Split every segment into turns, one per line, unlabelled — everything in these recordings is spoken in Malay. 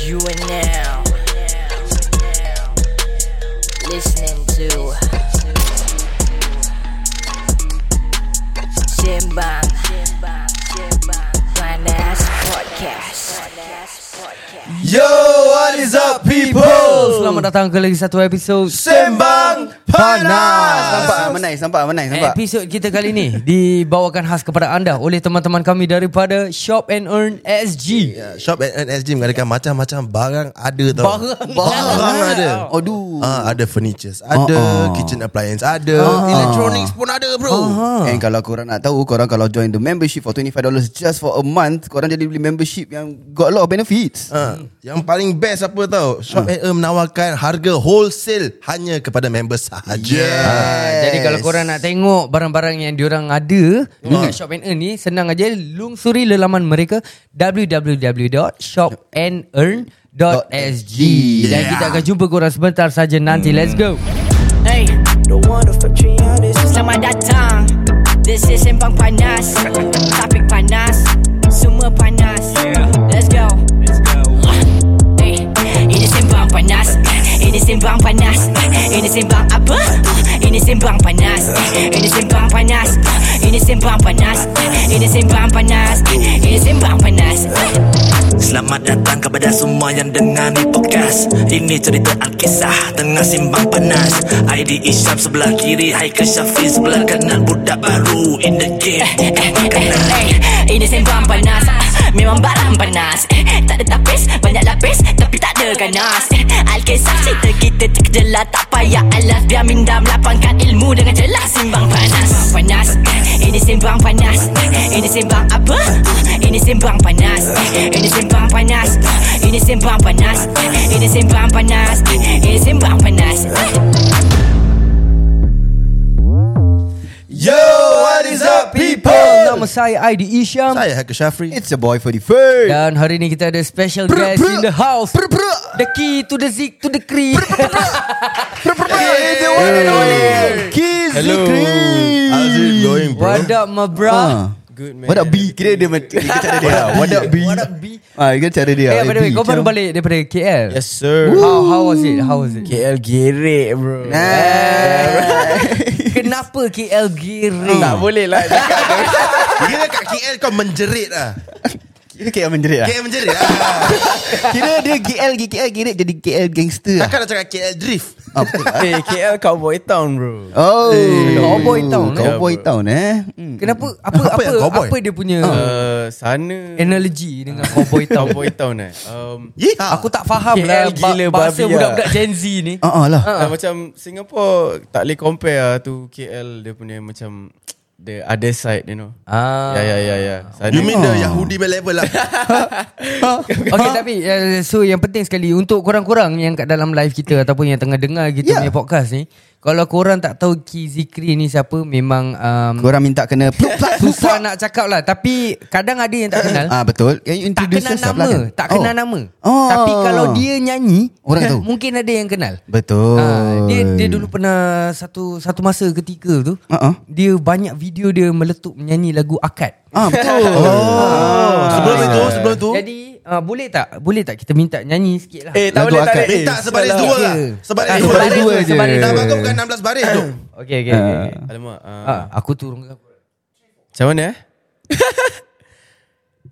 You are now listening to Simbang Finance Podcast.
Yo, what is up people?
Selamat datang ke lagi satu episod
Sembang
Nampak
Panas.
ah, menais, nampak ah, menais, nampak.
Eh, Episod kita kali ni Dibawakan khas kepada anda Oleh teman-teman kami daripada Shop and Earn SG
Ya, Shop and NSG mengadakan macam-macam barang ada tau.
Barang.
barang ada.
Aduh.
Ah, ada furnitures, ada
Oh, oh.
kitchen appliance, ada electronics pun ada bro.
And kalau korang nak tahu Korang kalau join the membership For $25 just for a month Korang jadi beli membership Yang got a lot of benefits
Ah, yang paling best apa tau? Shop and Earn menawarkan harga wholesale hanya kepada member sahaja.
Yes.
Jadi kalau korang nak tengok Barang-barang yang diorang
Hmm.
ada Dekat Shop and Earn ni Senang aja Lungsuri lelaman mereka www.shopandearn.sg Dan
Yeah. Hmm.
kita akan jumpa korang sebentar saja nanti Let's go
Hey, selamat datang. This is Sembang Panas. Topik panas, semua panas. Let's go. Hey, ini Sembang Panas. Ini Sembang Panas. Ini Sembang apa? Ini Sembang Panas. Ini Sembang Panas. Ini Sembang Panas. Ini Sembang Panas. Ini Sembang Panas.
Selamat datang kepada semua yang dengar ni podcast Ini cerita Alkisah tengah simbang panas ID Isyam sebelah kiri Haikal Syafiq sebelah kanan Budak baru in the game
Eh, eh, eh, Ini sembang panas Ah, Memang barang panas Eh, Tak ada tapis Banyak lapis Tapi tak ada ganas Eh, Alkisah cerita kita terkejelah Tak payah alas Biar minda melapangkan ilmu Dengan jelas Simbang panas Sembang panas Eh, Ini sembang panas Eh, Ini sembang apa? Ah, Ini sembang panas Eh, Ini sembang panas Ah, Ini sembang panas Eh, Ini sembang panas Eh, Ini sembang panas Ah.
Yo, what is up people?
Nama saya Aidi Isyam
Saya Hakim Syafri.
It's your boy for the first
Dan hari ni kita ada special guest
brr.
in the house
Brr, brr.
The key to the zik to the kri
Hey, the one and only. Kiz Zikri. How's it going bro?
What up my
Ah.
bro
Ha. Good man What up B Kira dia macam Kira cara dia What up B What up
B?
Ah, Kira cara dia
Eh
Eh,
by the way
B,
Kau baru
macam-
balik daripada KL
Yes sir
How how was it How was it
KL gerek bro
Kenapa KL giring
Tak boleh lah cakap
Kira kat KL kau menjerit lah
Kira KL menjerit lah
KL menjerit lah
Kira dia KL KL kira jadi KL gangster lah
Takkan nak cakap KL drift
Ah, betul lah.
Eh KL cowboy town bro
Oh
Cowboy town, eh?
Cowboy town eh Hmm.
Kenapa Apa
Apa
apa
yang
apa,
cowboy?
dia punya
uh, Sana
Analogy dengan cowboy town
Cowboy town eh um,
Yeehaw.
Aku tak faham
KL
lah ba-
gila
Bahasa
babi lah.
budak-budak Gen Z ni
Ah, ah lah
uh, Macam Singapore Tak boleh compare lah tu KL Dia punya macam The other side you know
Ah.
Ya ya ya ya Sana
You mean the Yahudi punya level lah
Okay tapi uh, So yang penting sekali Untuk korang-korang Yang kat dalam live kita Ataupun yang tengah dengar Kita
Ya.
punya
Yeah.
podcast ni Kalau korang tak tahu Ki Zikri ni siapa Memang um,
Korang minta kena Pluk plak pluk plak.
Susah nak cakap lah Tapi Kadang ada yang tak kenal
Ah betul. Can
Tak
you introduce
kenal
yourself
nama
lah, kan?
Tak kenal
Oh.
nama
Oh.
Tapi kalau dia nyanyi
Orang tahu.
Mungkin ada yang kenal
Betul.
Ah, dia dia dulu pernah satu satu masa ketika tu
Uh-uh.
dia banyak video dia meletup menyanyi lagu akad.
Ah betul. Ah.
oh, Sebelum itu Sebelum itu
Jadi uh, boleh tak boleh tak kita minta nyanyi sikit lah.
Eh
Lagu
tak boleh tak
akad.
boleh
Minta
Eh,
sebaris
salah.
dua lah
Okey.
Sebaris
Ah,
dua
sebaris dua je.
Sebaris dua Nama kau bukan 16 baris tu
Okey okey okey. okey.
Alamak uh,
Ah, aku turun ke
Macam mana eh?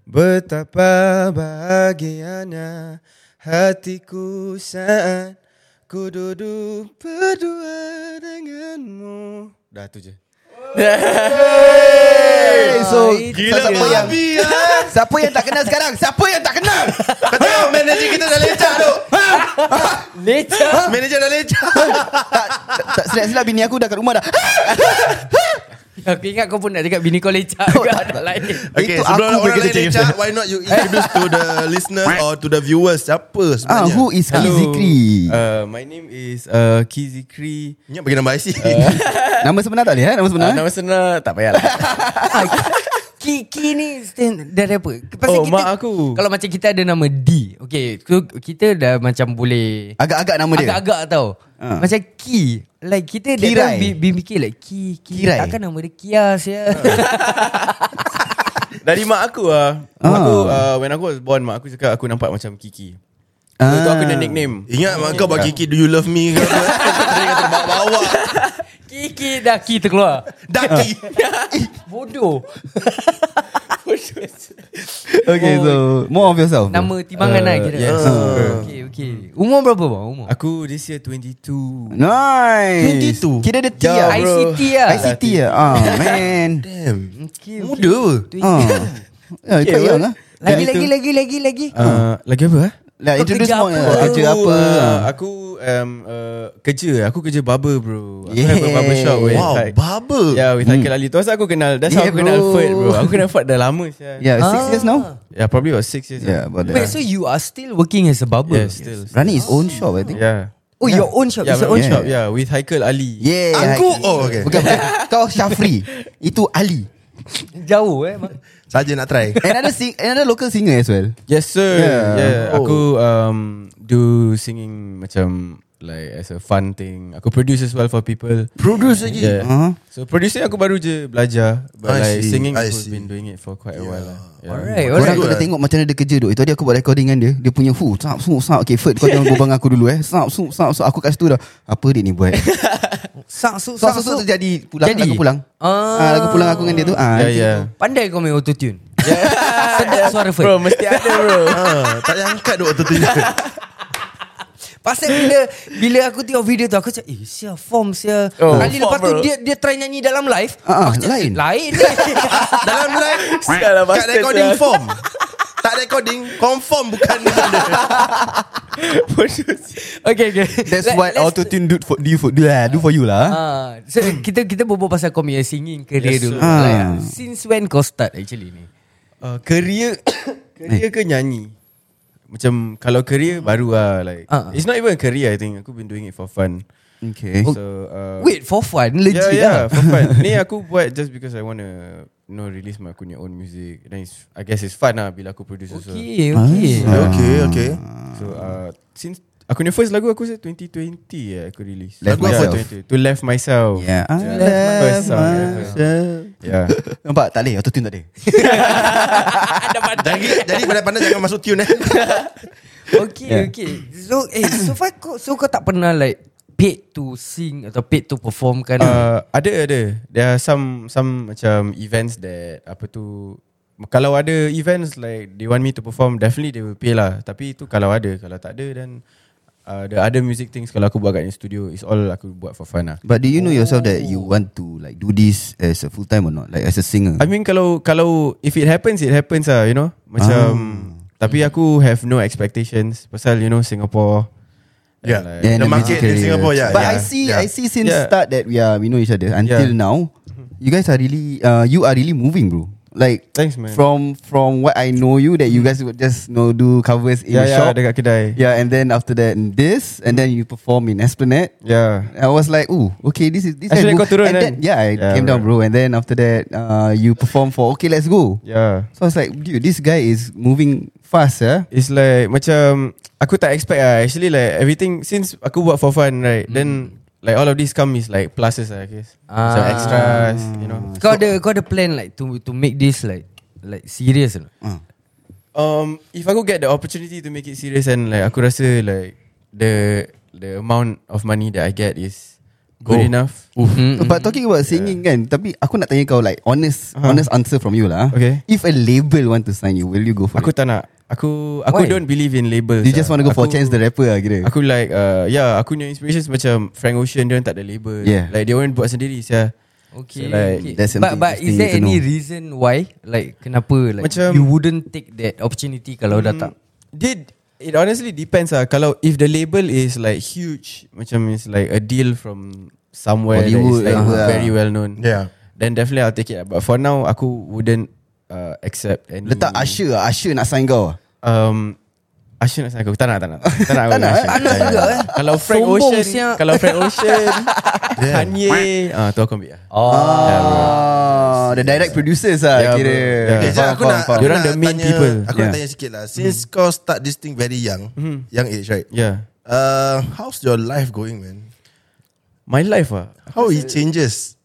Betapa bahagianya hatiku saat ku duduk berdua denganmu. Dah tu je.
Hey, so
Gila
siapa yang
babi lah
siapa yang tak kenal sekarang? Siapa yang tak kenal?
Kau tengok manager kita dah lecah tu
Lecah.
Manager dah lecah
tak tak silap-silap bini aku dah kat rumah dah.
Aku ingat kau pun nak cakap bini kau lecah
Oh,
juga. Tak
tak,
lain.
Okay
Itu
sebelum
aku Eh.
orang
punya
lain
kerja.
lecah Why not you introduce to the listener Or to the viewers Siapa
Ah
sebenarnya
who is Ki Zikri?
Uh, my name is uh, Ki Zikri.
Ingat bagi nama IC
Eh. Nama sebenar tak boleh eh? Nama sebenar?
Uh, nama sebenar tak lah. payahlah.
Ki, ki ni stand dari apa? Pasal
Oh, mak aku.
Kalau macam kita ada nama D. Okay, so kita dah macam boleh
Agak-agak nama dia.
agak-agak tau.
Ha.
Macam ki. Like kita dah
Kirai.
kan bi, bi mikir like ki, ki.
Kirai.
Takkan nama dia kias ya.
uh, Dari mak aku lah. Mak Aku uh, when aku was born mak aku cakap aku nampak macam Kiki. Ah. Tu aku kena nickname.
Ingat mak kau bagi kid do you love me ke apa? Teringat terbawa-bawa.
Kiki dah ki terkeluar.
Uh,
Daki.
Bodoh.
Ah. Okay so More of yourself
Nama timbangan lah kira.
Uh, yes. Uh.
Okay, okay. Umur berapa bang? Umur?
Aku this year 22.
Nice
22.
Kira dia T
Ya,
lah
bro.
ICT lah.
ICT lah Ah man
Damn.
Okay, okay.
Muda.
Ah. Ya quite young lah
Lagi,
Yang
lagi,
itu-
lagi, lagi, lagi.
Uh, lagi apa? ah?
Kau
Like introduce
kerja
more
apa?
lah. Kerja
Aku,
apa
Uh, aku um, uh, kerja. Aku kerja barber bro. Aku
Yeah.
have a barber shop. with
Wow,
Haik-
barber.
Yeah, with Haikal Ali. Tu asal aku kenal. That's
Yeah,
how aku kenal
bro.
Ferd bro. Aku kenal Ferd dah lama. Yeah.
Yeah six years now
yeah, probably about 6 years.
Ah. Yeah about
Wait,
that
so you are still working as a barber?
Yeah, still.
Running his own shop I think
Yeah.
Oh, your own shop?
Yeah,
It's
my
your own
own
shop?
shop. Yeah, with Haikal Ali.
Yeah
Aku
Haikal.
oh okay.
Bukan bukan Kau Syafri Itu Ali
Jauh eh. Mak.
Saja nak try.
Another sing another local singer as well
Yes sir.
Yeah.
Yeah, yeah. Oh. aku um do singing macam like as a fun thing. Aku produce as well for people.
Produce lagi.
Yeah.
Uh-huh.
Uh-huh. So producing aku baru je belajar
I
but like
see,
singing
I
aku
see.
been doing it for quite yeah. a while lah. Yeah.
Alright,
Korang
alright.
kena
Good, eh?
tengok macam mana dia kerja duk. Itu dia aku buat recording dengan dia. Dia punya hu, sap sup sap. Okay, Ferd kau jangan berbual dengan aku dulu eh. Sap sup sap. sup. Aku kat situ dah. Apa dia ni buat?
Sang, su,
Sap sup sup terjadi pulang
Jadi?
aku pulang.
Ah.
Ah, aku pulang aku dengan dia tu. Ah.
Yeah, yeah.
Pandai kau main autotune. Sedap suara Ferd.
Bro, mesti ada bro.
Ha, tak payah angkat duk tu tunjuk.
Pasal bila bila aku tengok video tu aku cakap eh sia form sia.
Oh,
Kali
form,
lepas tu
bro.
dia dia try nyanyi dalam live.
Ah, ah,
aku cakap,
lain.
Lain. ni.
Dalam live
Salah
kat
bastard,
recording
sia.
form. Tak recording Confirm bukan
okay okay.
That's
Let-
what
let's-
auto tune do for do for do lah, do for you lah.
Ah, so kita kita berbual pasal kau punya singing career
Yes,
dulu.
sir.
Ah.
Like, since when kau start actually ni?
Uh, career career ke nyanyi? Macam kalau career baru lah like
Ah, ah.
it's not even a career I think. Aku been doing it for fun.
Okay.
So uh,
Wait for fun
Yeah,
legit
yeah,
lah.
for fun. Ni aku buat just because I want to you know release my punya own music. Then it's, I guess it's fun lah bila aku produce also.
Okay okay.
Okay okay
So
Ah.
uh, since aku punya first lagu aku rasa 2020 ya aku release.
Left
Lagu apa
Myself.
2020? To left myself.
Yeah. I
Yeah.
love
First song, yeah, first song.
myself.
Yeah.
Nampak tak boleh auto tune tak ada.
Jadi jadi pandai-pandai jangan masuk tune eh
Okay yeah. okay. So eh so far kau so kau tak pernah like paid to sing atau paid to perform kan?
Uh, ada ada. There are some some macam events that apa tu kalau ada events like they want me to perform definitely they will pay lah. Tapi itu kalau ada, kalau tak ada then uh, the other music things kalau aku buat kat studio is all aku buat for fun lah.
But do you know yourself that you want to like do this as a full time or not? Like as a singer?
I mean kalau kalau if it happens it happens lah you know macam
Ah.
tapi aku have no expectations pasal you know Singapore
Yeah,
And
Yeah,
The
the
Ya. market
music
in
career.
Singapore ya, yeah,
But
yeah.
I see,
yeah.
I see since
Yeah.
start that we are we know each other until
Yeah.
now. You guys are really, uh, you are really moving, bro. Like
Thanks, man.
From from what I know you, that you guys would just you know do covers in the
yeah, yeah
shop.
Ya,
Ya.
dekat kedai yeah
Yeah, and then after that in this, and then you perform in Esplanade.
yeah
I was like, ooh, okay, this is this.
Actually,
guy
kau
and
turun kan?
then, yeah, I
Yeah,
came down, bro. And then after that, uh, you perform for okay, let's go.
yeah
So I was like, dude, this guy is moving fast, yeah.
it's like macam aku tak expect lah actually like everything since aku buat for fun right then
Hmm.
like all of this come is like pluses lah I guess ah. macam
Ah.
extras you know
Kau ada kau ada plan like to to make this like like serious or not?
Um, if aku get the opportunity to make it serious and like aku rasa like the the amount of money that I get is good enough.
Mm-hmm. But talking about singing yeah. kan Tapi aku nak tanya kau like Honest uh-huh.
Aha.
honest answer from you lah ah.
Okay.
If a label want to sign you Will you go for it?
Aku tak nak. Aku aku
Why?
don't believe in labels.
You just
lah.
want to go for
Aku-
Chance the Rapper lah kira
Aku like uh, yeah, aku punya inspirations macam Frank Ocean dia orang tak ada label.
Yeah.
Like dia orang buat sendiri saya.
Okay.
So, like,
okay.
that's
But
something
but is
interesting
there
to
any
know.
reason why like kenapa like
Macam-
you wouldn't take that opportunity kalau dah tak?
Did it honestly depends ah kalau if the label is like huge macam is like a deal from somewhere that is
Hollywood
like
lah.
very well known.
Yeah.
Then definitely I'll take it. lah. But for now aku wouldn't uh, accept any
Letak Asher lah Asher nak sign kau lah.
Um, Ashin nak sangat aku Tak nak tak nak Tak nak,
Tak nak, eh?
Tak nak juga eh Kalau Frank
Sombong
Ocean
siap.
Kalau Frank Ocean Kanye ah, Tu aku ambil lah
Oh, oh The direct producers lah
Yeah,
kira
bro. Yeah.
Okay,
Faham,
jadi aku
faham,
nak,
faham.
aku
Diorang
nak
the main
tanya,
people.
Aku nak
Yeah.
tanya sikit lah Since kau start this thing very young Young age right
Yeah
Uh, How's your life going man?
My life ah
How it changes?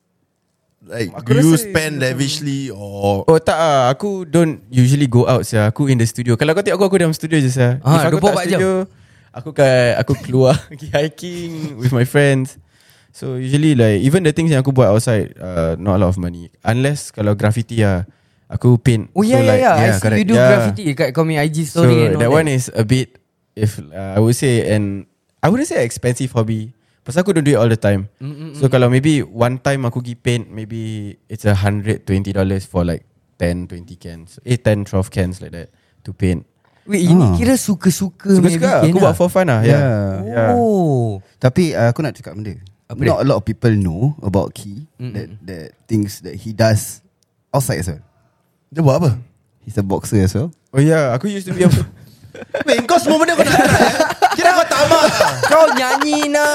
Like
Aku
do you
rasa
spend lavishly or
Oh tak ah Aku don't usually go out saya. Aku in the studio Kalau kau tengok aku Aku dalam studio je saya.
Ah, 24 jam.
studio Aku kat Aku keluar Pergi hiking With my friends So usually like Even the things yang aku buat outside uh, Not a lot of money Unless Kalau graffiti lah Aku paint
Oh yeah,
so,
yeah,
like,
yeah. I see
correct.
you do graffiti kat kau punya IG
So
story and all
that one is a bit If uh, I would say And I wouldn't say expensive hobby Pasal aku don't do it all the time mm, So kalau maybe One time aku pergi paint Maybe It's a hundred twenty dollars For like 10, 20 cans Eh 10, 12 cans like that To paint
Wait, ini kira suka-suka punya
Suka-suka lah.
weekend
Aku buat for fun lah yeah. yeah.
lah. Oh.
Tapi uh, aku nak cakap benda.
Apa dia?
Not a lot of people know about Key mm that that things that he does outside as well.
Dia buat apa?
He's a boxer as well.
Oh yeah Aku used to be a
Weh kau semua benda kau nak try eh? Kira kau tamak ah.
Kau nyanyi nak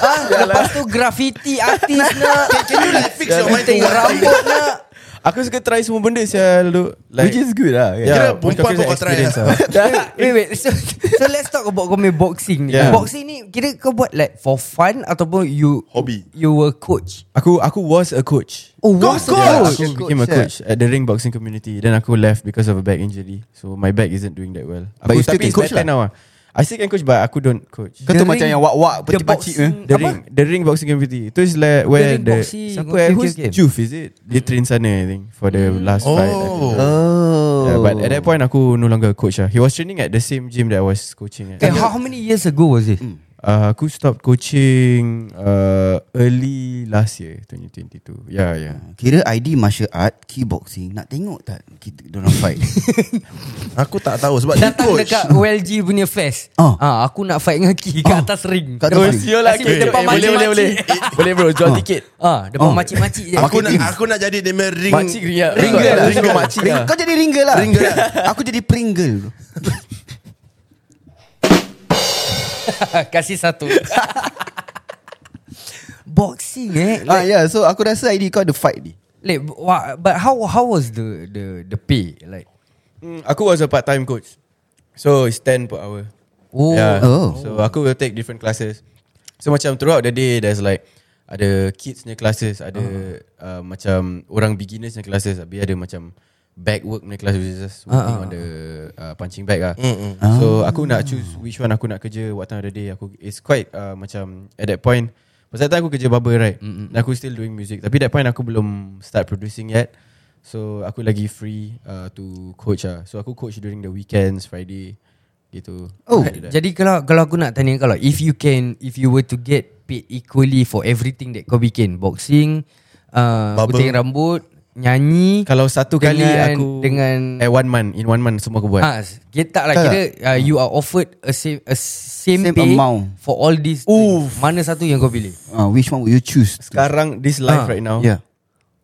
ah, Lepas tu graffiti artis nak
Can you like fix your mind
Gunting rambut nak
Aku suka try semua benda sial dulu like,
Which is good lah. kan?
Kira
Yeah,
perempuan
because
pun kau
it's
try
experience
lah.
Wait wait so, so let's talk about Kau punya boxing ni
Yeah.
Boxing ni Kira kau buat like For fun Ataupun you
Hobby.
You were coach
Aku aku was a coach
Oh
Kau
was
coach?
Yeah,
a
aku became a
eh?
coach at the ring boxing community. Then aku left because of a back injury. So my back isn't doing that well.
But you
aku
still
tapi
can
it's
coach
better
lah.
now. ah. I still can coach but aku don't coach.
Kau
The
tu macam
ring-
yang
the
wak-wak pecik-pecik eh.
boxing-
The
Apa?
ring The ring boxing community Itu is like Where
ring
the
boxing.
Siapa
Okay,
eh
okay,
Who's
okay. Mm.
Juf is it Dia train sana I think For the last
Oh.
fight I think.
Oh.
yeah, But at that point Aku no longer a coach lah. He was training at the same gym That I was coaching at
Okay, Eh, how many years ago was it?
Uh, aku stop coaching uh, early last year 2022. Yeah, yeah.
Kira ID martial art, key boxing. Nak tengok tak kita orang fight?
Aku tak tahu sebab dia
Datang
coach.
dekat OLG punya fest
Oh.
ah, Aku nak fight dengan Ki Kat atas ring
Kat atas ring.
Kasih Depan makcik-makcik
boleh bro, jual tiket.
ah, Depan
Oh.
makcik-makcik je
Aku nak aku nak jadi dia punya ring.
Makcik ring lah.
Ring
Ring
girl.
girl.
Ring girl makcik
Ring,
lah.
kau jadi ring girl lah.
Ring girl lah.
Aku jadi pringle.
Kasih satu Boxing eh
ah yeah, so aku rasa ID kau ada fight ni.
Like, wha- but how how was the the the pay like?
Mm, aku was a part-time coach. So it's 10 per hour.
Oh,
Yeah.
Oh.
So aku will take different classes. So macam throughout the day there's like ada kids punya classes, ada
Ah.
uh, macam orang beginners punya classes, habis ada macam back work punya classes which is just
Ah,
working on the uh, punching bag lah.
Mm,
So aku nak choose which one aku nak kerja what time of the day. Aku it's quite uh, macam at that point Pasal time aku kerja barber right
Mm,
Dan aku still doing music Tapi that point aku belum Start producing yet So aku lagi free uh, To coach lah So aku coach during the weekends Friday Gitu
Oh,
I do
Eh,
that.
Jadi kalau kalau aku nak tanya kau lah, if you can if you were to get paid equally for everything that kau bikin, boxing, uh,
Bubble.
gunting rambut, nyanyi,
Kalau satu kali
dengan-
aku
dengan-
Eh one month In one month semua aku buat
ah, get tak lah
Tak Hmm.
kira uh, you are offered a same a same,
Same
pay
amount.
for all these. Oof. Mana satu yang kau pilih?
Uh, which one would you choose?
Sekarang This life
Ah,
right now
Yeah.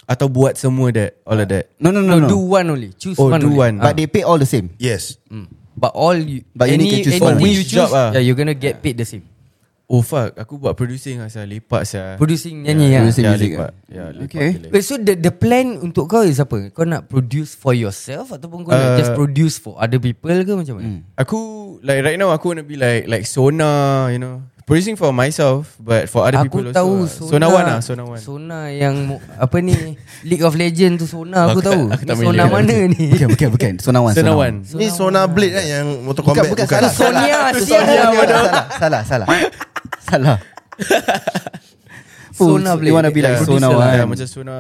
Ah.
Atau buat semua that All of that
No, no, no, no.
do one only. Choose
Oh,
one
do
only.
one.
But they pay all the same.
Yes.
But all you,
But you need to choose one.
anything you
Which
choose,
job ah?
yeah, you're gonna get paid the same.
Oh fuck Aku buat producing lah Saya lepak saya
Producing nyanyi yeah,
yeah.
ya.
Producing music
lepak
ah.
Ya lepak
Okay.
gila.
Wait, so the the plan untuk kau is apa? Kau nak produce for yourself ataupun kau uh, nak
Uh,
just produce for other people ke macam
hmm.
mana? Mm.
Aku Like right now Aku want to be like Like Sona You know Producing for myself But for other
Aku
people
tahu
also
Sona
Sona One lah Sona One
Sona yang mo- apa ni League of Legend tu Sona aku,
Aku tak-
tahu.
aku tak
Ni
main
Sona
League of
mana ni?
Bukan, bukan, bukan. Sona one.
Sona One
Ni Sona Blade kan yang Motor
Bukan,
Combat
bukan, salah.
Sonia,
salah.
sial.
Salah, salah, salah. Salah. Oh,
Sona
so
Blade.
You wanna be like
Yeah,
Sona
producer lah.
One.
Yeah, Macam Sona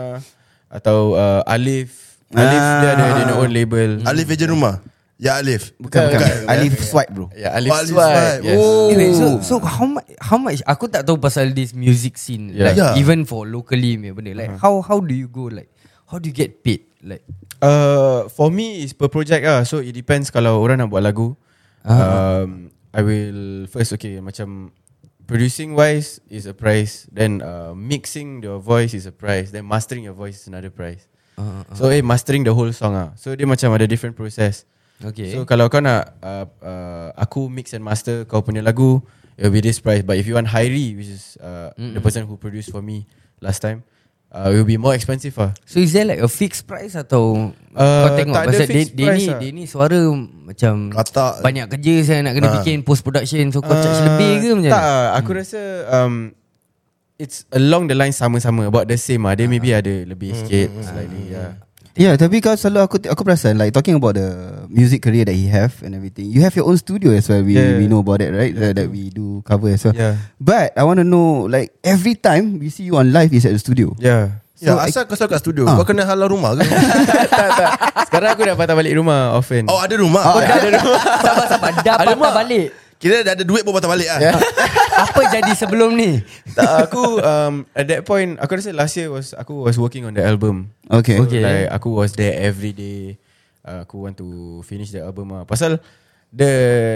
Atau uh, Alif Alif dia ada Dia ada own label
Alif Ejen Rumah Ya Alif
Bukan, bukan.
Bukan.
Alif swipe bro.
Ya Alif
Oh, Alif
Swipe
Swipe.
yes.
Eh, wait, so so how much how much aku tak tahu pasal this music scene
Yeah. Uh-huh.
like
Yeah.
even for locally punya benda like how how do you go like how do you get paid like
Uh, for me is per project lah So it depends Kalau orang nak buat lagu um, I will First okay Macam Producing wise Is a price Then uh, Mixing your voice Is a price Then mastering your voice Is another price So eh mastering the whole song ah. So dia macam ada different process
Okay.
So kalau kau nak uh, uh, Aku mix and master Kau punya lagu It will be this price But if you want Hairi Which is uh, The person who produced for me Last time uh, It will be more expensive lah
So is there like a fixed price atau uh,
Uh,
kau tengok
tak ada
pasal dia,
fixed
dia
price
ni
lah.
dia ni suara macam
Katak.
banyak kerja saya nak kena bikin post production so kau charge lebih ke macam
Ah. Uh, Tak
mana? Hmm.
lah, Aku rasa um, It's along the line sama-sama About the same lah
Ah.
Dia
Hmm,
maybe ada lebih sikit Slightly yeah.
Ya, Yeah, tapi kau selalu aku aku perasan like talking about the music career that he have and everything. You have your own studio as well. We
Yeah.
we know about that, right? Yeah, that we do cover as well.
Yeah.
But I want to know, like every time we see you on live, is at the studio.
Yeah
Ya,
So,
asal kau selalu kat studio?
Ah.
Kau kena halau rumah ke?
Sekarang aku dah patah balik rumah Often
oh, ada rumah. Oh,
ada rumah Sabar-sabar Dah patah balik
Kira dah ada duit pun patah balik ah.
Apa jadi sebelum ni
tak, Aku um, At that point Aku rasa last year was Aku was working on the album
Okay.
okay. Like aku was there every day uh, Aku want to finish the album lah Pasal The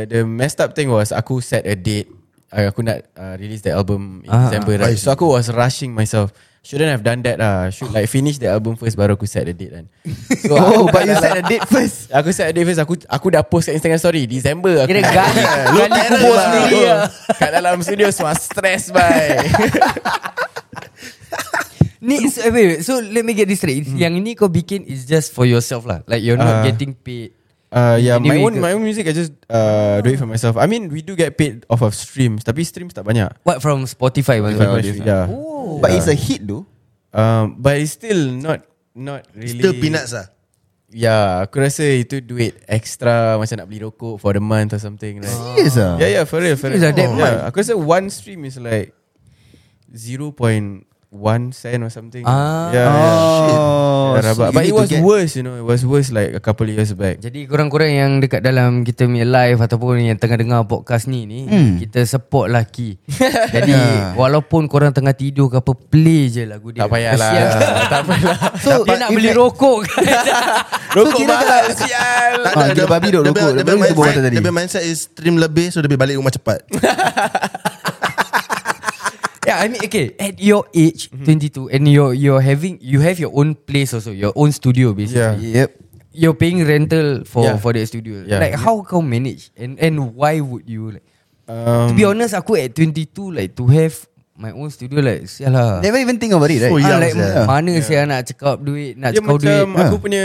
the messed up thing was Aku set a date uh, Aku nak uh, release the album In
Ah,
December right? So aku was rushing myself Shouldn't have done that lah Should like finish the album first Baru aku set the date kan So
Oh,
aku- lah.
but you set a date first.
Aku set a date first Aku aku dah post kat Instagram story December aku
Kira gali Gali kubur
Bang.
sendiri lah
Kat dalam studio Semua stress bye
Ni so, wait, wait, so let me get this straight hmm. Yang ni kau bikin Is just for yourself lah Like you're not uh,
Ah.
getting paid
Uh, yeah, my
Anyway
own
ke?
my own music. I just uh, do it for myself. I mean, we do get paid off of streams, tapi streams tak banyak.
What from Spotify
If I
maksudnya
watch it, yeah.
Oh.
But it's a hit though.
Um, but it's still not not really.
Still peanuts lah.
Yeah, aku rasa itu duit extra macam nak beli rokok for the month or something. Like.
Serious ah.
Yeah, yeah, for real, for real.
Serious
Oh,
ah, that much?
yeah, aku rasa one stream is like 0.1 cent or something.
Ah.
yeah,
Oh,
yeah. yeah
so
rabak.
you
but
need
it
to
was
get-
worse, you know. It was worse like a couple of years back.
Jadi korang-korang yang dekat dalam kita punya live ataupun yang tengah dengar podcast ni ni hmm. kita support lah Ki. Jadi walaupun korang tengah tidur ke apa play je lagu dia.
Tak payahlah. tak payahlah.
So
Dia nak beli rokok kan.
Rokok so, mahal.
Sial.
Tak
Ah, gila babi duk
dia
rokok.
punya-
Dia baru kita buat
mindset-
tadi.
Dia punya mindset is stream lebih so dia boleh balik rumah cepat.
Yeah, I mean, okay. At your age, mm-hmm. 22, and you're you're having you have your own place also, your own studio basically. Yeah.
Yep.
You're paying rental for yeah.
Yeah.
for that studio. Yeah.
Yeah.
Like how kau manage and and why would you like? Um, to be
Hmm.
honest, aku at 22 like to have my own studio like sial lah.
Never even think about it, right?
So
Ah,
young
like
sia.
mana yeah. saya nak cakap duit, nak
Dia
cakap
Ya, macam
duit.
duit. aku
Ha.
punya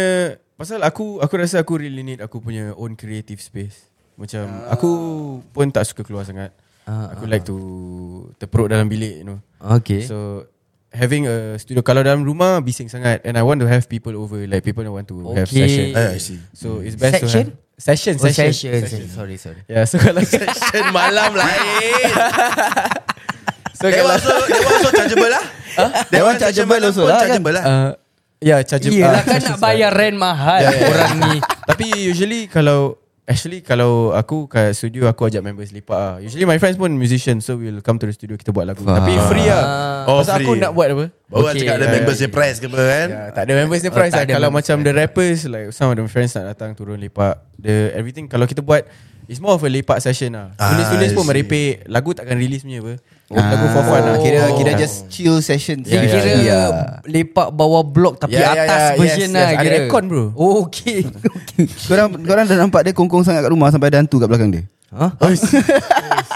pasal aku aku rasa aku really need aku punya own creative space. Macam
Ah.
aku pun tak suka keluar sangat. aku like to terperuk dalam bilik you know.
ah. Okay. So,
So having a studio kalau dalam rumah bising sangat and I want to have people over like people that want to okay. have
Okay.
session.
Eh, I see.
So it's best
Section?
to have session
oh, session,
session.
session. session. Sorry, sorry.
Yeah, so kalau session malam lain. so
That
kalau
one so that one so chargeable lah. That one chargeable
also
pun
lah,
Chargeable lah.
uh, yeah, charge
Yelah
ah,
kan
session
nak bayar rent mahal yeah,
Eh.
yeah. orang ni.
Tapi usually kalau Actually kalau aku kat studio Aku ajak members lepak lah Usually my friends pun musician So we'll come to the studio Kita buat lagu Fah. Tapi free lah
Oh, free.
Pasal aku nak buat apa
Baru okay.
Ah. okay. Ya,
cakap ada
Yeah,
members surprise ke apa kan?
Ya, tak ada members dia price
tak
lah.
ada
Kalau
members
macam the rappers like some of the friends nak datang turun lepak. The everything kalau kita buat it's more of a lepak session lah.
Ah,
Tulis-tulis
I
pun
see.
merepek. Lagu takkan release punya apa. Lagu for fun lah.
Kira kira
Ah.
just chill session.
Dia
Yeah,
kira
yeah.
ya, lepak bawah blok tapi
Yeah, yeah,
atas
yeah.
version
Ya, Yes,
lah
yes. Ada
kira.
aircon, bro.
Oh, okay. okay.
Korang, korang dah nampak dia kongkong sangat kat rumah Sampai ada hantu kat belakang dia
Huh?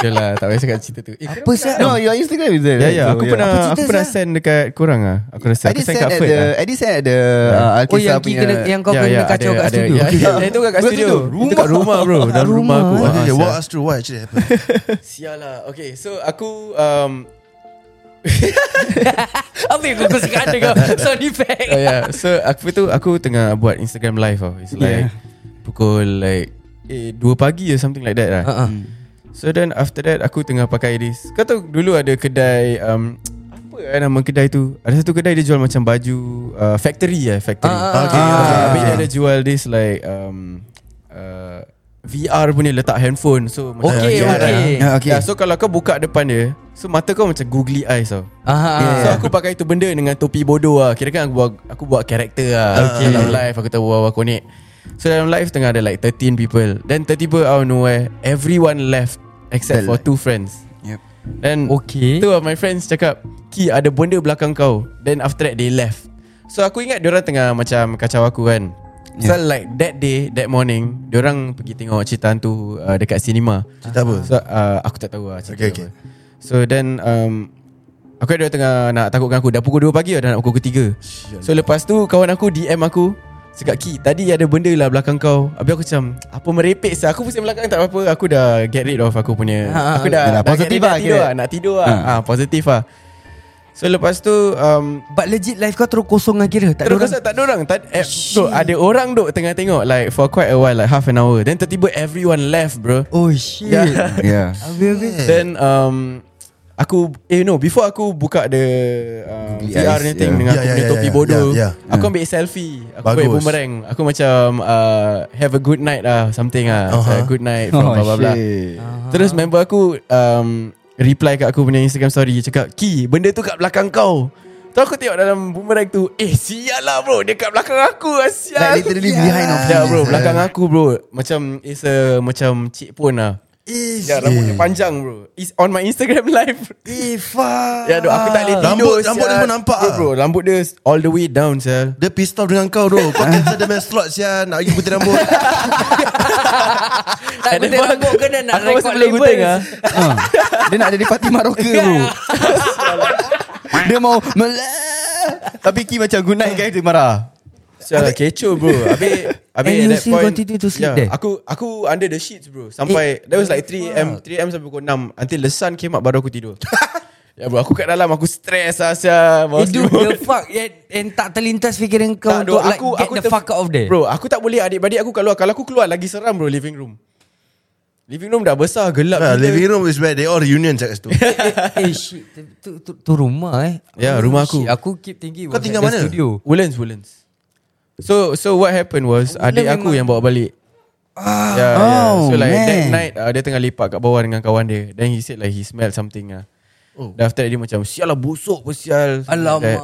Yalah, tak payah cakap cerita tu. Eh,
Apa siap? No your Instagram is there
Ya
right?
ya,
So,
aku
yeah.
pernah
Apa cerita
aku pernah
sial?
send dekat korang ah. Aku
I
rasa aku
did
send
send
kat
at
Ferd.
the
lah.
I did send at the uh,
Oh,
Alkisah
yang, ki
punya
kena, yang kau kena kacau kat studio.
Ya, ya, ya, itu kat
Kat
studio.
studio.
Itu kat rumah bro, dalam rumah aku.
Why did Oh,
Ah,
they
sial.
walk us through eh? what actually happened?
Sial lah. Okay, so aku um,
Apa yang kau suka ada kau? Sound effect.
oh yeah. So aku tu aku tengah buat Instagram live tau. It's like yeah. pukul like eh 2 pagi or something like that lah.
Uh-uh.
So then after that aku tengah pakai this. Kau tahu dulu ada kedai um, apa eh, nama kedai tu? Ada satu kedai dia jual macam baju uh, factory eh, factory.
Ah, ah,
Okay,
Ah,
okay,
Habis
okay.
dia ada jual this like um, uh, VR punya letak handphone. So macam
Okay,
VR lah.
okay.
Ah, okay.
Yeah, so kalau kau buka depan dia, so mata kau macam googly eyes tau.
Aha.
So aku pakai tu benda dengan topi bodoh lah Kira kan aku buat, aku buat karakter lah okay. Dalam live aku tahu Wawa connect So dalam live tengah ada like 13 people Then tiba-tiba out of nowhere Everyone left
Betul.
Except for two friends
Yep.
Then
Okay.
Two of lah, my friends cakap Ki ada benda belakang kau Then after that they left So aku ingat diorang tengah macam kacau aku kan
Ya.
So like that day That morning Diorang pergi tengok cerita hantu uh, Dekat cinema
Cerita apa?
So uh, aku tak tahu lah cerita
Okay,
okay,
okay.
okay. apa. So then um, Aku ada tengah nak takutkan aku Dah pukul 2 pagi dah, dah nak pukul 3 So lepas tu kawan aku DM aku Cakap Ki tadi ada benda lah belakang kau Habis aku macam Apa merepek sah Aku pusing belakang tak apa-apa Aku dah get rid of aku
Ha,
punya
ha,
Eh, Aku dah,
Yalah,
dah get
positif
rid,
lah,
Nak tidur
kira.
lah Nak tidur lah ha. ha, Positif lah So lepas tu um,
But legit live kau terus kosong lah kira Tak ada
Terus
orang
orang tak ada orang tak, eh, duk, Ada orang duk tengah tengok Like for quite a while Like half an hour Then tiba-tiba everyone left bro
Oh shit
Yeah.
Yeah.
Habis-habis
Then um, Aku Eh no Before aku buka the uh,
Googly
VR
eyes,
ni thing
yeah.
Dengan
Yeah,
aku
yeah,
punya
yeah,
topi
yeah,
bodoh
yeah, yeah.
Aku ambil selfie Aku
Bagus.
ambil boomerang Aku macam uh, Have a good night lah Something lah uh-huh.
Uh-huh.
Good night
Oh,
From blah blah blah Terus member aku um, Reply kat aku punya Instagram story Cakap Ki benda tu kat belakang kau Tu aku tengok dalam boomerang tu Eh sial lah bro Dia kat belakang aku ah, Sial
Like literally behind of
Ya
eh?
you.
bro Belakang aku bro Macam It's a Macam cik pun lah Is Ya rambut dia panjang bro It's on my Instagram live
Eh fuck
Ya dok aku tak boleh tidur
Rambut Rambut dia
sial.
semua nampak lah.
bro, bro, Rambut dia All the way down sial
Dia pistol dengan kau bro Kau cancel dia main slot sial Nak pergi putih rambut
Tak
And
kutip
then
rambut
aku-
kena nak
aku
record Eh,
sebelum
label
kutip, ah.
Dia nak jadi Fatimah Roka bro Dia mau melah
Tapi Ki macam good night guys Dia marah
Sial lah kecoh bro Habis Habis
And
at
you
that
still
point Ya,
continue to sleep there? Eh, ah.
Aku Aku under the sheets bro Sampai That was like 3am 3am sampai pukul 6 Until the sun came up Baru aku tidur Ya bro aku kat dalam Aku stress lah
Eh
sial Bawa
dude
selimut.
the fuck and, and tak terlintas fikiran kau
Tak,
Untuk
bro,
like get the
ter-
fuck out of there
Bro, aku tak boleh adik-beradik aku keluar. Kalau aku keluar lagi seram bro living room. Living room dah besar, gelap.
nah,
gila.
Ah, Living room is where They all reunion kat situ
Eh shit tu- Tu, tu, tu rumah eh
Ya,
Oh,
rumah
shit,
aku.
Aku keep thinking
Kau
was
tinggal
at
mana?
the Studio
Woodlands, Woodlands. So so what happened was adik aku yang bawa balik. Ah, yeah, yeah. So
oh,
like that
man.
night uh, dia tengah lepak kat bawah dengan kawan dia. Then he said like he smelled something ah. Oh. Then after that dia macam sial lah busuk pun sial. Like
Alamak
that. Eh.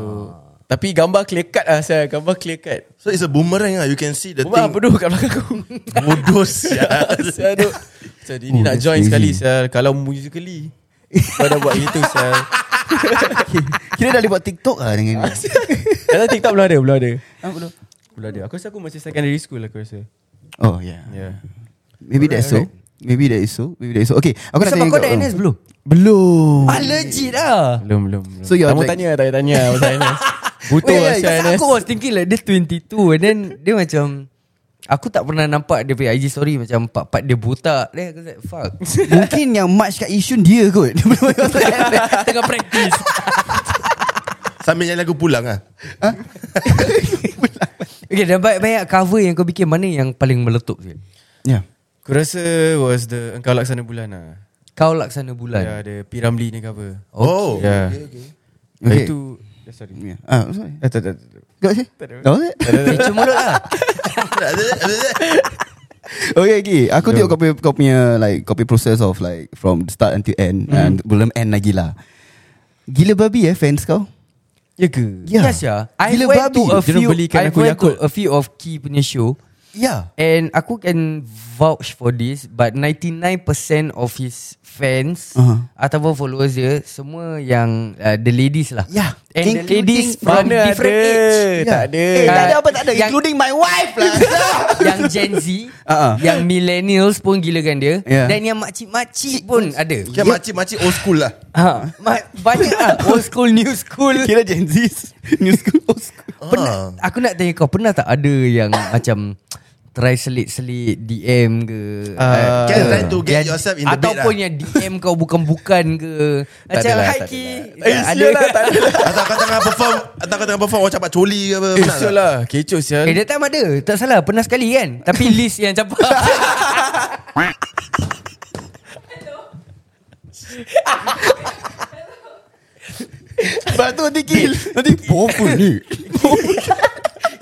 So tapi gambar clear cut lah saya Gambar clear cut
So it's a boomerang lah You can see the
Buat apa
thing
dulu kat belakang aku Ah,
Bodoh sial
Saya duk Saya ini
Oh,
nak
that's
join
crazy.
sekali Saya Kalau musically Kau dah buat gitu Saya
Kira dah dia buat TikTok lah dengan ni
Kata TikTok belum ada Belum ada Belum ada Aku rasa aku masih secondary school lah, Aku rasa
Oh yeah
Yeah
Maybe that's so Maybe that is so Maybe that is so Okay Aku nak
Sebab
tanya
kau dah NS Oh. belum?
Belum
Ah legit lah
Belum belum, belum.
So you're
Kamu
like-
tanya Tak payah tanya Pasal NS Butuh
Wait,
lah
wait,
pasal
pasal
NS
Aku was thinking like Dia 22 And then Dia macam Aku tak pernah nampak Dia punya IG story Macam part-part dia botak Then aku like fuck
Mungkin yang match kat Isyun dia kot Dia belum
Tengah practice
Sambil nyanyi lagu pulang lah
Okay dan banyak-banyak cover Yang kau bikin Mana yang paling meletup je
Yeah
Aku rasa was the Engkau laksana bulan lah
Kau laksana bulan
Ya ada P Ramlee ni cover
Oh
Ya
Okay.
Itu Eh, Sorry
Yeah. Ah, sorry.
Eh, tak, tak, tak.
Got it? That was it?
Kecoh mulut lah
Okay, okay. Aku tengok kau punya, kau punya like kau punya process of like from start until end hmm. and belum end lagi lah. Gila babi eh fans kau.
Ya ke?
Ya.
Yes ya I
Gila
went
babi.
to a
Dia
few
belikan
I
aku
went to
Yakult.
a few of Key punya show
Yeah.
And aku can vouch for this But 99% of his fans
Uh-huh.
uh-huh. Ataupun followers dia Semua yang uh, The ladies lah
Yeah.
And the
Ya, Including
ladies from
mana
different
ada?
age
Tak ada.
Eh, tak ada
Uh,
apa tak ada.
yang-
Including my wife lah.
Yang Gen Z
Uh-uh.
uh-huh. Yang millennials pun gilakan dia
Yeah.
Dan yang makcik-makcik pun ada
Kan makcik-makcik old school lah
ha, ma- Banyak lah Old school, new school
Kira Gen Z New school old school.
Pernah,
Ah.
aku nak tanya kau Pernah tak ada yang macam Try selit-selit DM ke
Ah.
Can
ke?
try to get yourself in the bed
Ataupun
lah.
yang DM kau bukan-bukan ke Macam
adalah,
hi
tak
Ki
Eh
Ada
sial lah Tak ada
Atau kau tengah perform Atau kau tengah perform Orang capat coli ke apa
Eh
Pernah
sial
tak?
lah Kecoh sial
Eh that time ada Tak salah pernah sekali kan Tapi list yang capak
Sebab tu nanti kill. Nanti apa ni?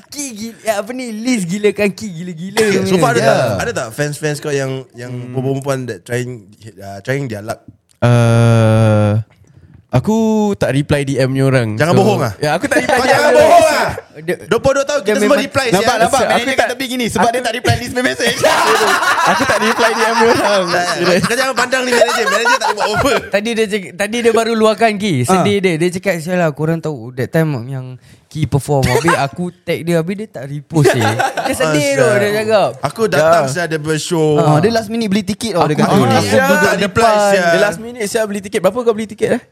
Ki gila ya, Apa ni list gilakan Ki gila-gila
Okay, Eh, So
Ya.
far ada
Yeah.
tak Ada tak fans-fans kau yang Yang
Hmm.
perempuan-perempuan That trying uh, Trying their luck
Uh, aku tak reply DM ni orang.
Jangan bohong ah.
Ya, aku tak reply
Kau
DM.
jangan
ni orang.
bohong lah
Dia-
22 tahun kita
dia
semua
memang-
reply
Nampak
sial.
nampak Ah,
Aku
manager kat
tak-
tepi gini sebab dia tak reply this message.
Aku tak reply DM ni orang.
Ah, Kau jangan pandang ni manager Manager tak buat over
Tadi dia cakap, tadi dia baru luahkan Ki Sedih dia Dia cakap Sial lah korang tahu That time yang Ki perform Habis aku tag dia Habis dia tak repost eh. Dia sedih tu Dia cakap Ya. Ah,
Aku datang sial Dia bershow
Oh, dia last minute beli tiket oh, dia kata.
Aku
Ah, sial.
duduk depan sial.
The last minute saya beli tiket. Berapa kau beli tiket eh?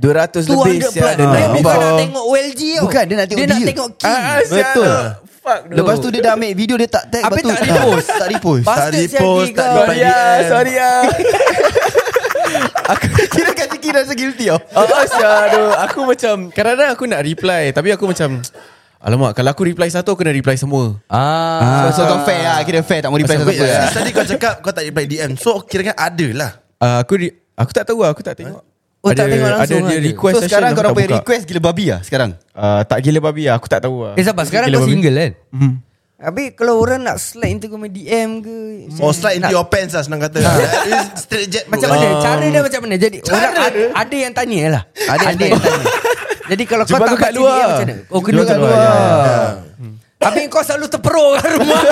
200 lebih
200
sial
plus
the
Dia bukan
night
nak
before.
tengok WLG tau
Bukan, dia nak tengok
Dia nak
dia.
tengok Ki
Ah, ah, sial.
Betul.
Fuck. no.
Lepas tu dia dah ambil video dia tak tag
Habis
lepas tu-
tak repost.
Tak repost
Bastard sial
repost,
kan.
Ki
tak
kau.
reply
Sorry ah,
DM.
sorry ah. Aku kira kat Ziki rasa guilty tau oh, oh, sia, aduh. Aku macam Kadang-kadang aku nak reply Tapi aku macam Alamak Kalau aku reply satu Aku nak reply semua
Ah,
So kau fair lah Kira fair tak mau reply
Wait,
satu-satu lah
ya?
since tadi kau cakap kau tak reply DM. So kira kan ada lah.
uh, Aku re- aku tak tahu lah Aku tak tengok kan?
Oh, tak tengok langsung
Ada dia
lah.
request
So sekarang kau
aku
orang
tak
punya
buka.
request gila babi lah sekarang
Uh, tak gila babi lah Aku tak tahu lah
Eh sabar Sekarang
Gila
kau
babi.
single kan hmm. Habis kalau orang nak slide into kau punya DM ke
Oh slide into your pants lah senang kata. It's Straight jet bro.
Hmm. Macam mana Cara dia macam mana Jadi cara orang ada, ada yang tanya lah Ah. Ada, ada yang tanya Jadi kalau kau
Jumpa
tak
aku kat
kasi
luar.
DM macam mana Oh kena
Jumpa
kat
kat
luar,
luar, ya, ya.
Hmm. Habis kau selalu terperok kat rumah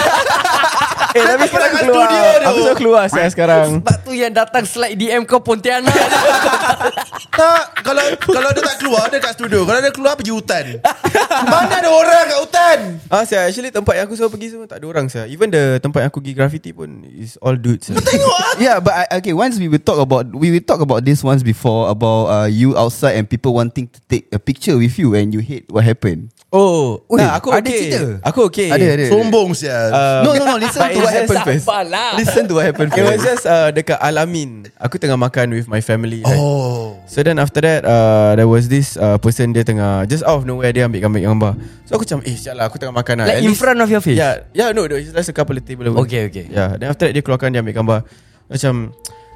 Eh tapi sekarang aku keluar Aku selalu keluar saya sekarang
Sebab tu yang datang slide DM kau Pontianak
Tak Kalau kalau dia tak keluar Dia kat studio Kalau dia keluar pergi hutan Mana ada orang kat hutan
Ah, saya actually tempat yang aku selalu pergi semua tak ada orang saya. Even the tempat yang aku pergi graffiti pun is all dudes. Kau tengok.
Yeah, but I, okay. Once we will talk about we will talk about this once before about uh, you outside and people wanting to take a picture with you and you hate what happened.
Oh,
Ui,
nah, aku
ada
okay.
cerita?
Aku okay.
Ada, ada.
Sombong sia
Um,
no, no, no. Listen
but
to
it's
what
just-
happened first.
Sabarlah
Listen to what happened
It was
first.
just uh, dekat Alamin. Aku tengah makan with my family. Right?
Oh
So then after that uh, There was this uh, person Dia tengah Just out of nowhere Dia ambil gambar, gambar. So aku macam Eh siap lah aku tengah makan lah
Like
At
in
least-
front of your face
Yeah, yeah, no, no, it's just a couple of table away.
Okay, okay.
Yeah, then after that dia keluarkan dia ambil gambar. Macam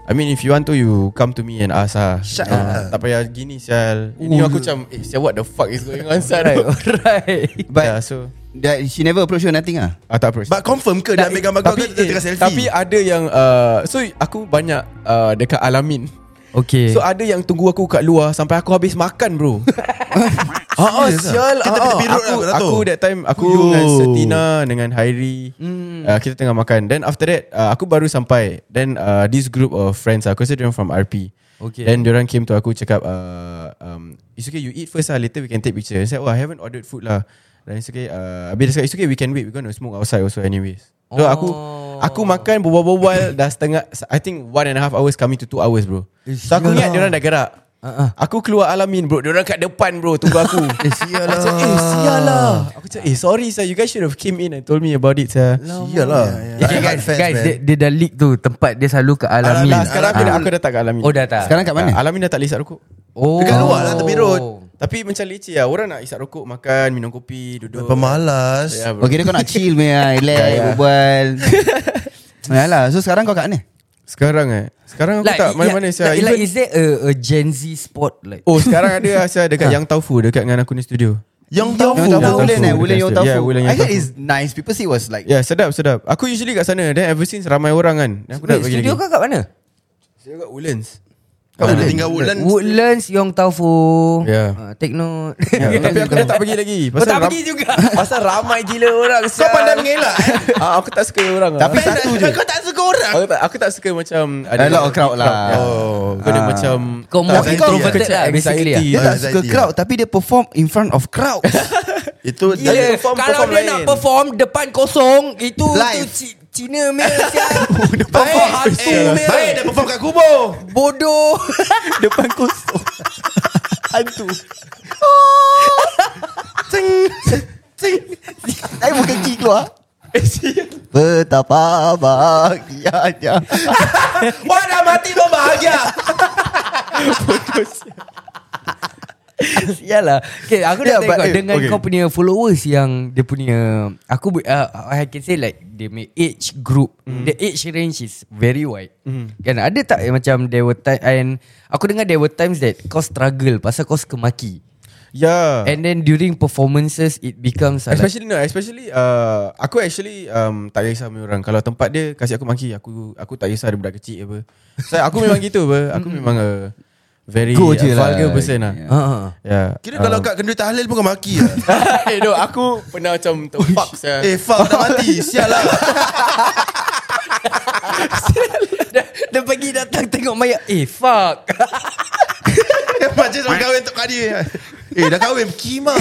I mean if you want to you come to me and ask ah.
Shut
Ah,
up.
Tak payah gini sial. Ini aku macam eh sial what the fuck is going on sial right?
Alright
But yeah, so
That she never approach you nothing ah.
ah, tak approach.
But confirm ke Dia ambil gambar kau
tapi, eh,
Tapi Dia tengah selfie
Tapi ada yang uh, So aku banyak uh, Dekat Alamin
Okay
So ada yang tunggu aku kat luar Sampai aku habis makan bro Ah, ah, sial
Kita
ah, ah.
tepi road
aku,
lah, Dato'.
aku that time Aku
Yo.
dengan Setina Dengan Hairi
Hmm.
mm. uh, Kita tengah makan Then after that uh, Aku baru sampai Then uh, this group of friends Aku rasa diorang from RP
Okay.
Then diorang came to aku Cakap uh, um, It's okay you eat first lah Later we can take picture I said oh I haven't ordered food lah Then it's okay uh, Habis dia cakap It's okay we can wait We gonna smoke outside also anyways So aku Aku makan berbual-bual Dah setengah I think one and a half hours Coming to two hours bro So aku ingat diorang dah gerak
Ah, ah.
Aku keluar alamin bro Diorang kat depan bro Tunggu aku
Eh sial
Aku cakap eh sial lah Aku cakap eh sorry sir You guys should have came in And told me about it sir
Sial lah
Okay ya. guys, guys dia, dia dah leak tu Tempat dia selalu ke Alamin
Alamin, Sekarang aku dah, aku dah tak kat alamin
Oh dah tak
Sekarang kat mana?
Alamin dah tak boleh isap rokok
oh.
Dekat luar lah tepi road
Tapi macam leceh lah Orang nak isap rokok Makan, minum kopi Duduk
Pemalas
Ya, bro.
Okay, dia kau nak chill punya, relax, berbual. Yalah, so sekarang kau kat mana?
Sekarang eh Sekarang aku
Like,
tak mana-mana
yeah,
sir
like, like,
Even-
is there a, a Gen Z spot like
Oh sekarang ada lah sir Dekat
Ah.
Yang Taufu Dekat dengan aku ni studio
Yang tahu
Yang tahu
Yang
Wulan
Tafu,
eh, Wulan
dekat
yang
situ.
tahu.
Yeah, Wulan yang
I heard
Tafu.
it's nice. People say it was like
Ya yeah, sedap sedap Aku usually kat sana Then ever since ramai orang kan Then Aku dah
Wait,
pergi
studio
lagi
kau kat mana?
Studio kat Woodlands
Kau dah tinggal Wulan
Woodlands Yong Tau Fu
Yeah.
uh, Take note
Ya, tapi aku dah tak pergi lagi
Kau Oh, tak
ram-
pergi juga
Pasal ramai gila orang
Kau pandai mengelak eh?
ah, Aku tak suka orang
Tapi
lah.
satu je.
Kau tak suka orang
Aku tak, aku tak suka macam
A lot of crowd lah.
Oh, kena
Ah.
macam
Kau more
Tapi kau
introverted
kecil
lah Basically lah
anxiety.
Dia tak
Anxiety
suka
lah.
crowd Tapi dia perform In front of crowd
Itu
Gila,
Dia perform-
Kalau
perform
dia
lain.
nak perform Depan kosong Itu
Live.
Live. Ci, Cina punya sial. Perform hantu punya.
Baik dia perform kat kubur
Bodoh
Depan kosong Hantu Ceng Ceng Saya bukan key keluar Betapa bahagianya
Wah dah mati kau bahagia
Yalah Ya, okay, Aku dah
Yeah, but-
tengok
eh,
Dengan
okay.
kau punya followers Yang dia punya Aku bu- uh, I can say like Dia punya age group The age range is Very wide Kan ada tak eh, Macam there were time And Aku dengar there were times that Kau struggle Pasal kau suka maki
Ya.
And then during performances It becomes uh, like,
Especially no, especially uh, aku actually um, tak kisah punya orang. Kalau tempat dia kasih aku maki, aku aku tak kisah dia budak kecil apa. So, aku memang gitu apa. Aku memang a very
Hmm. Go
uh,
je lah.
vulgar person lah.
Yeah.
Yeah. Um,
uh,
Kira
Ah.
kalau kat kenduri tahlil pun kau maki lah
eh no, aku pernah macam terfuck saya.
Eh fuck dah mati Sial lah
dia, dia pergi datang tengok mayat Eh fuck
Dia macam orang kahwin untuk kali Eh dah kahwin Kima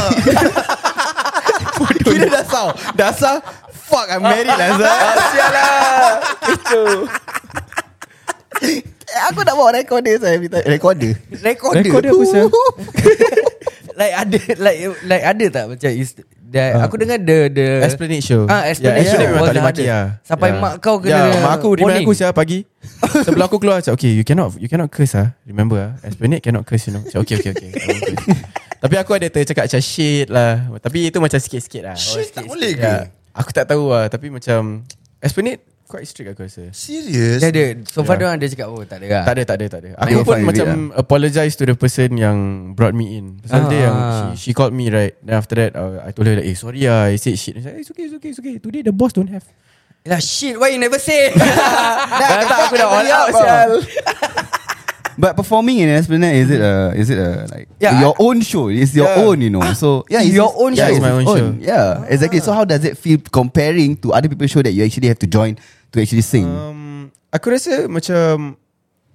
Kira dasar Dasar Fuck I'm married lah Zah Sialah Eh, Aku nak bawa recorder saya minta- Recorder
Recorder
Recorder apa, Syah?
Like ada Like like ada tak Macam is, That, uh. Aku dengar the the
Esplanade show
Ah, Esplanade
yeah, Esplanade
show
memang tak
was
boleh maki
ada.
lah
Sampai mak kau kena
yeah, Ya, Mak aku remind
warning.
aku siapa pagi Sebelum aku keluar Cakap okay you cannot You cannot curse ah Remember ah Esplanade cannot curse you know Cakap okay okay okay I won't curse. Tapi aku ada tercakap macam shit lah Tapi itu macam sikit-sikit lah
Shit, tak boleh ke?
Yeah. Aku tak tahu lah Tapi macam Esplanade quite strict aku rasa
Serius?
Dia ada So far
Yeah.
yeah. dia cakap Oh tak ada lah
tak ada, tak ada, tak ada. Aku
Main
pun
fight with
macam
it
apologize to the person yang brought me in. Pasal
Ah.
dia yang she, she called me right. Then after that, uh, I told her like, eh sorry ah, I said shit. She said, it's okay, it's okay, it's okay. Today the boss don't have.
Lah shit why you never say Dah tak aku dah all out sial.
But performing in Esplanade is it a is it a like
Yeah,
your own show? It's your
Yeah.
own, you know. So yeah, it's
Your own
yeah,
show. Ah.
It's my own,
show.
Yeah, exactly. So how does it feel comparing to other people's show that you actually have to join to actually sing?
Um, aku rasa macam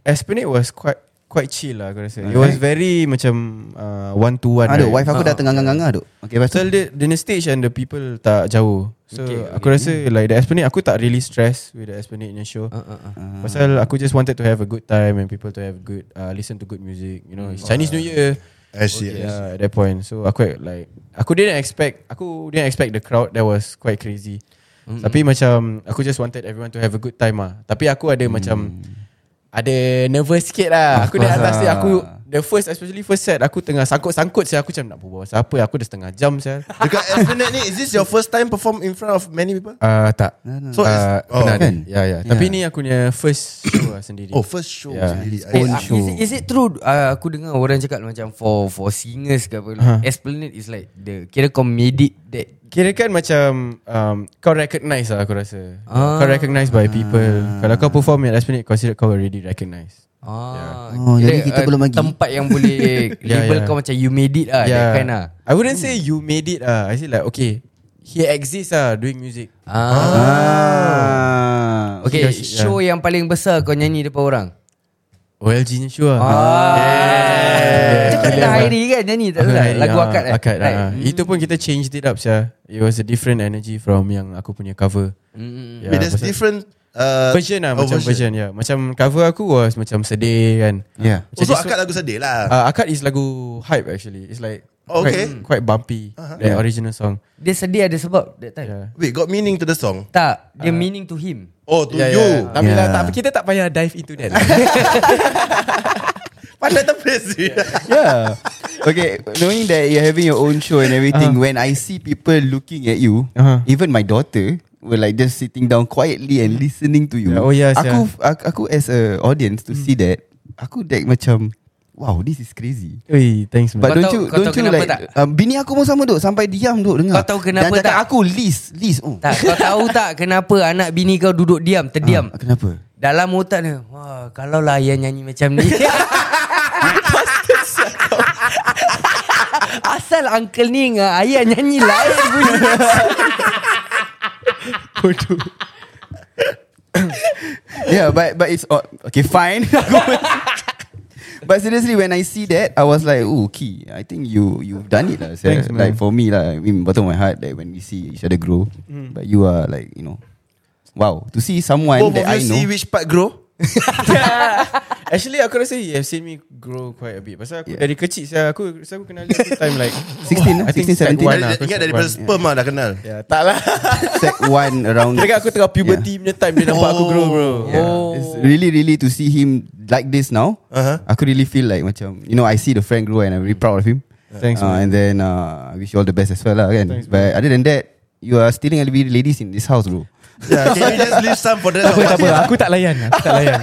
Esplanade was quite quite chill lah aku rasa. It was very macam uh, one to one.
Aduh,
right?
wife aku dah tengah ngangah tu. Okay, lepas tu.
Pasal dia, dia ni stage and the people tak jauh So okay,
Okay,
aku rasa like the Esplanade Aku tak really stress with the Esplanade punya show uh, uh, uh. Pasal aku just wanted to have a good time And people to have good uh, Listen to good music You know it's Chinese New Year
I see, I see.
yeah, At that point So aku had, like Aku didn't expect Aku didn't expect the crowd That was quite crazy mm-hmm. Tapi macam Aku just wanted everyone to have a good time ah. Tapi aku ada mm. macam Ada nervous sikit lah Aku
course
naik atas ni
lah.
Aku The first Especially first set Aku tengah sangkut-sangkut saya Aku macam nak berbual pasal apa Aku dah setengah jam saya
Dekat Esplanade ni Is this your first time Perform in front of many people?
Uh, tak.
So it's-
uh,
oh.
pernah
Kan?
ada. Ya, ya. Tapi ni aku punya first show lah sendiri.
Oh first show
Yeah.
sendiri. I
Eh,
see.
ah, is, it, is it true uh, Aku dengar orang cakap Macam for for singers ke apa
Ha.
Esplanade is like the Kira comedic that
Kira kan macam um, kau recognize lah aku rasa.
Ah.
Kau recognize by people. Kalau kau perform at last minute, consider kau already recognize.
Ah,
Oh, jadi kita belum lagi.
Tempat yang boleh
Yeah,
label
yeah.
kau macam you made it lah, yeah. that
Ya.
kind lah.
I wouldn't say you made it ah. I say like okay, he exists ah doing music.
Ah.
Ah.
Okay,
Yes,
show yang paling besar kau nyanyi depan orang.
OLG ni sure.
Ah. Yeah. Cakap
Gila,
tengah
bang.
hari kan nyanyi tak salah. Lagu akad eh.
ah, akad right. Itu pun kita changed it up Syah It was a different energy From yang aku punya cover
Mm-hmm.
yeah,
But there's
pasal-
different uh,
version lah
oh,
macam version ya. Yeah. Macam cover aku was macam sedih kan.
Yeah.
Oh,
Macam
so
this
akad lagu sedih lah.
Uh, akad is lagu hype actually. It's like
Oh, okay.
quite, quite bumpy uh-huh. the yeah. original song.
Dia sedih ada sebab that time.
Yeah.
Wait, got meaning to the song?
Tak, dia meaning to him.
Oh, to
Yeah,
you.
yeah. Tapi yeah.
Yeah.
Ah. lah, tak, kita tak payah dive into that. lah.
Pandai terpres.
yeah. Okay, knowing that you're having your own show and everything, when I see people looking at you,
Uh-huh.
even my daughter were like just sitting down quietly and listening to you.
Yeah, Hmm. oh yes,
Aku aku, aku as a audience to see that, aku like macam wow, this is crazy.
Ui, thanks man.
But
Kau
don't
tahu-
you
kau
don't
tahu
you
kenapa
like
tak?
um, bini aku pun sama duk sampai diam duk dengar.
Kau tahu kenapa
Dan cakap
tak?
aku list list. Oh.
Tak, kau tahu tak kenapa anak bini kau duduk diam, terdiam.
Ah, kenapa?
Dalam otak dia, wah, kalau lah ayah nyanyi macam ni. Asal uncle ni dengan ayah nyanyi lain bunyi.
yeah, but but it's oh, okay. Fine. but seriously, when I see that, I was like, "Oh, Key, I think you you've done it, lah." sia."
Thanks, man.
Like for me, lah, I mean, bottom of my heart, like when we see each other grow,
Mm.
but you are like, you know, wow, to see someone
Both
that
of
I
you see
know.
which part grow?
Actually aku rasa you have seen me grow quite a bit. Pasal aku yeah.
Yeah.
dari kecil saya aku saya aku kenal dia aku time like
16,
I think
16,
sec
17.
one lah,
Dari,
aku
ingat
sec
daripada
one.
sperm lah dah kenal.
Yeah, tak lah.
Sec one around.
Kira aku tengah puberty punya time dia nampak aku grow bro.
Yeah. It's really really to see him like this now.
Uh-huh.
Aku really feel like macam you know I see the friend grow and I'm really proud of him.
Thanks,
Uh, and then uh, I wish you all the best as well lah kan.
Thanks,
But other than that, you are stealing LB ladies in this house bro.
Yeah, can you just leave some for the rest of us?
Aku tak lah. layan, aku tak layan.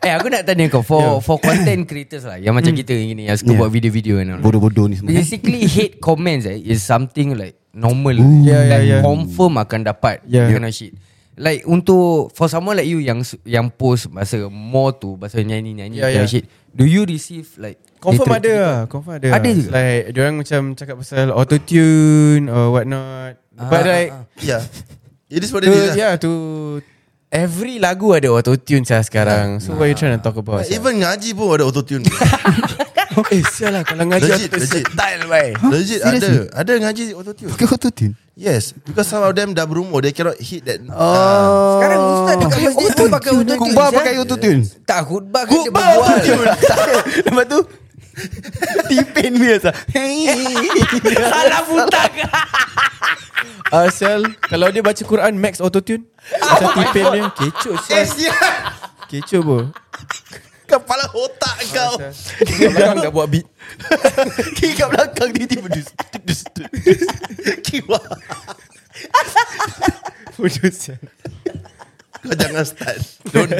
eh, aku nak tanya kau for for content creators lah yang
Hmm.
macam kita gini yang suka
Yeah.
buat video-video kan. and all.
Bodoh-bodoh ni semua. eh?
Basically hate comments eh, is something like normal.
Yeah, yeah,
like
yeah.
confirm akan dapat
Yeah.
yeah. kind of shit. Like untuk for someone like you yang su- yang post masa more tu pasal nyanyi-nyanyi
Yeah,
yeah, kind of
yeah.
shit. Do you receive like
Confirm
hatred?
ada lah Confirm ada
Ada
lah.
juga?
Like Diorang macam cakap pasal Autotune Or what not
Ah,
But like
ah,
Yeah. It is what
To,
it is. lah.
yeah to Every lagu ada autotune saya sekarang So what you trying to talk about
But Even ngaji pun ada autotune.
Syah? Eh sial lah Kalau ngaji
Legit,
aku
legit.
Style bye
Legit ada. Ada ngaji autotune.
Pakai autotune
Yes, because some of them dah berumur, they cannot hit that.
Oh,
Sekarang ustaz dekat masjid pun pakai autotune.
Kubah
Syah.
pakai autotune
Tak khutbah kan dia berbual.
Lepas tu Tipin dia sah
Salah butak.
Ah, Sel, kalau dia baca Quran max autotune. Macam tipin dia kecoh
Eh,
Sel.
sial.
Kecoh bro.
Kepala otak kau.
Kat belakang dah buat beat.
Kiri kat belakang dia tiba dus. dus, dus, dus. Kiwa.
Bodoh Sel.
Kau jangan start. Don't.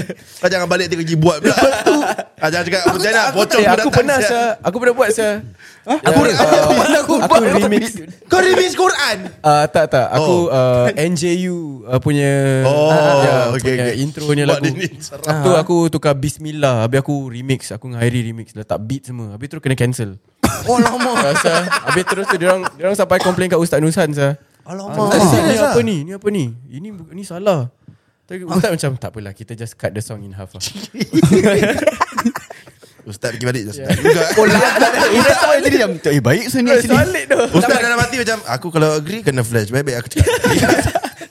Kau jangan balik tiga ji buat pula. Kau jangan cakap macam mana pocong
Eh,
pun
aku
datang,
pernah
sial.
Sel. Aku pernah buat Sel.
Aku aku pernah aku
Aku remix.
Kau remix Quran.
Ah tak tak aku
Oh.
uh, NJU uh, punya
Oh,
ya,
okay,
punya
okay.
intro ni
Buat
lagu.
dia ni
Lepas tu aku tukar bismillah habis aku remix aku dengan Hairi remix letak beat semua habis terus kena cancel.
Oh lama.
Rasa habis terus tu diorang diorang sampai complain kat Ustaz Nusan sah. Ah,
Alamak.
Ustaz Nusan, ni
Serius
apa
lah.
ni? Ni apa ni? Ini bu- ni salah. Tapi
Ah.
Ustaz macam tak apalah kita just cut the song in half lah.
Ustaz pergi balik je, Ustaz. Juga.
Ustaz awal tadi macam Eh baik so ni actually
Solid tu.
Ustaz dalam hati macam Aku kalau agree Kena flash Baik-baik aku cakap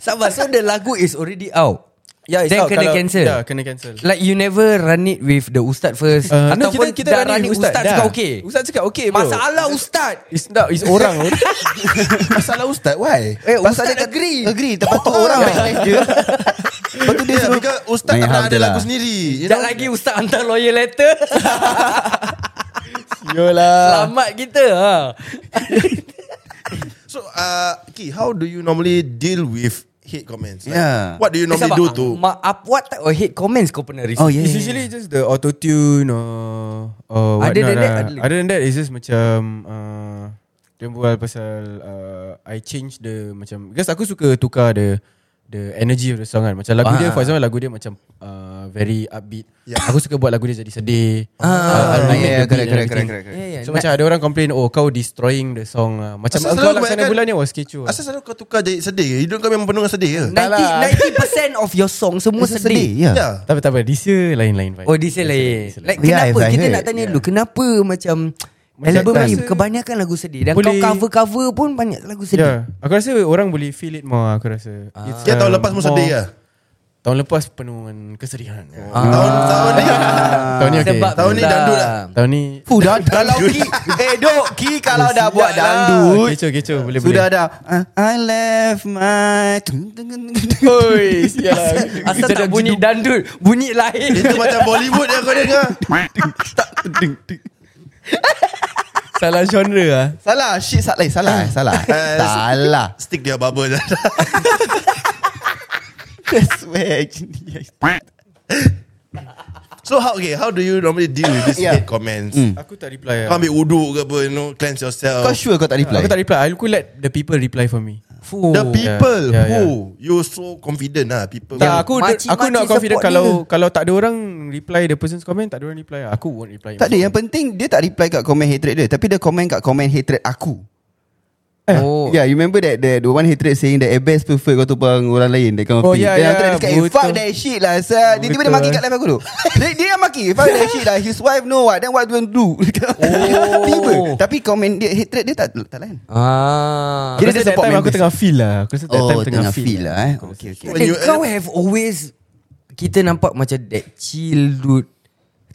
Sabar So the lagu is already out
Ya, it's
Then
out.
kena
Kalau-
cancel.
Ya, kena cancel.
Like you never run it with the ustaz first
Uh, no,
Ataupun kita, kita dah run it
with
ustaz, ustaz
dah.
cakap okay
Ustaz cakap okay bro.
Masalah ustaz
It's not, it's orang.
Masalah Ustaz why?
Eh,
Pasal
Ustaz
dia kata-
agree.
Agree Oh, Lepas tu orang backlash dia Lepas tu dia
Ya
suruh
because Ustaz
Main
tak pernah ada
hub je
lagu
lah.
sendiri you
Sekejap
know?
lagi ustaz hantar lawyer letter
Ah.
Yolah.
Selamat kita ha.
So uh, Ki How do you normally Deal with Hate comments like,
Yeah.
What do you normally do to
Eh, ma- up, What type of hate comments kau pernah receive
Oh yeah
It's usually just the auto tune or or
Other
whatnot
than that,
lah.
ada lagi?
other than that, it's just macam uh, dia bual pasal uh, I change the macam because aku suka tukar the the energy of the song kan. Macam lagu
Ah.
dia for example lagu dia macam uh, very upbeat.
Yeah.
Aku suka buat lagu dia jadi sedih. Ah,
Ah, yeah, correct, correct, correct, correct.
yeah, yeah.
So macam ada orang complain Oh kau destroying the song lah. Macam
Asal
kau
selalu
laksana
kebanyakan-
bulan ni Was kecoh lah.
Asal selalu kau tukar jadi sedih ke? Hidup kau memang penuh dengan sedih ke
90, 90% of your song semua
Masa lah. sedih
sedih.
Ya
Ya
Tak apa tak apa This year lain-lain vibe.
Oh, this year lain. Like
Yeah,
kenapa?
I've
Kita
heard.
nak tanya dulu kenapa macam
Macam
album
tak
ni
rasa-
kebanyakan lagu sedih dan
Boleh-
kau cover-cover pun banyak lagu sedih.
Ya, yeah. aku rasa orang boleh feel it more aku rasa.
Ah.
It's,
Ya tahun
um,
lepas pun
more-
sedih ya
Tahun lepas penuh dengan kesedihan.
Ah.
Oh.
Tahun tahun ni
Tahun ni okay.
Sebab
Tahun ni
itulah.
dandut lah.
tahun ni
Fuh dah Kalau Ki Eh dok Ki kalau dah buat dandut
Kecoh kecoh boleh
Sudah
boleh.
dah uh, I left my
Oi, sial. lah.
Asal tak bunyi dandut, bunyi lain.
Itu macam Bollywood yang kau dengar
Salah genre ah.
Salah Shit salah eh, Salah eh, Salah
Eh,
Salah
Stick dia bubble je
That's where actually
So how okay, How do you normally deal with these
Yeah.
hate comments
Aku tak reply
Kau
ah.
ambil uduk ke apa You know Cleanse yourself
Kau sure kau tak reply
Aku tak reply. I could let the people reply for me.
Fuh.
The people
yeah,
who you so confident lah people.
Tak, aku
Makcik-makcik
aku nak confident
support dia.
kalau kalau tak ada orang reply the person's comment, tak ada orang reply. ah. Aku won't reply.
Tak ada yang penting Dia tak reply kat komen hatred dia Tapi dia komen kat komen hatred aku
Eh.
Oh.
Yeah, you remember that the, the one hatred saying that Abbas prefer kau tumpang orang lain that kind of
Oh,
thing.
yeah,
Then
yeah,
after that dia cakap, eh,
betul.
fuck that shit lah. Sir. Dia tiba dia
Betul.
maki kat live aku tu. dia, dia yang maki. Fuck that shit lah. His wife know what. Then what do you want to do? tiba. Tapi komen dia, hatred dia tak, tak lain.
Ah.
Kira dia
Kira dia support
support
time aku
members.
tengah feel lah. Aku rasa that time tengah feel.
lah eh. Okay, okay.
When
Eh,
you-
kau have always kita nampak macam that chill dude.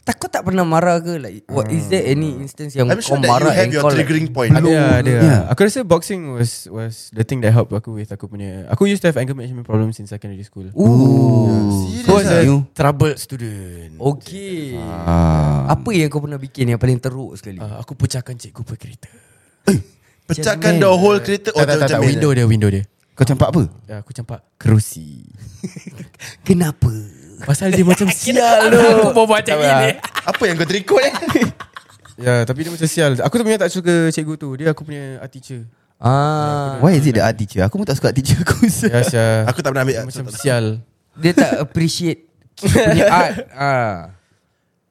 Tak kau tak pernah marah ke like what is there any instance yang
Hmm. I'm
kau
sure that you
marah
have
and
your
kau
triggering
like,
point.
Ada ada.
Yeah.
Aku rasa boxing was was the thing that helped aku with aku punya. Aku used to have anger management problems in secondary school.
Ooh.
Aku was
Oh,
a
lah, You?
Oh,
troubled student.
Okay.
Ah.
Apa yang kau pernah bikin yang paling teruk sekali?
Ah.
Uh, aku pecahkan cikgu per kereta.
Pecahkan
Cermin.
the whole kereta oh,
tak, tak, tak,
cermin.
Ah, window dia, window dia.
Kau campak apa?
Ya, aku campak kerusi.
Kenapa?
Pasal dia macam sial tu. aku bawa macam ni.
Apa yang kau terikut eh?
Ya, tapi dia macam sial. Aku tu punya tak suka cikgu tu. Dia aku punya art teacher.
Ah,
Why is it the art teacher? Aku pun tak suka art teacher aku.
Ya, sial.
Aku tak pernah ambil.
Dia macam
So, tak-
sial.
dia tak appreciate kita punya art. Ah.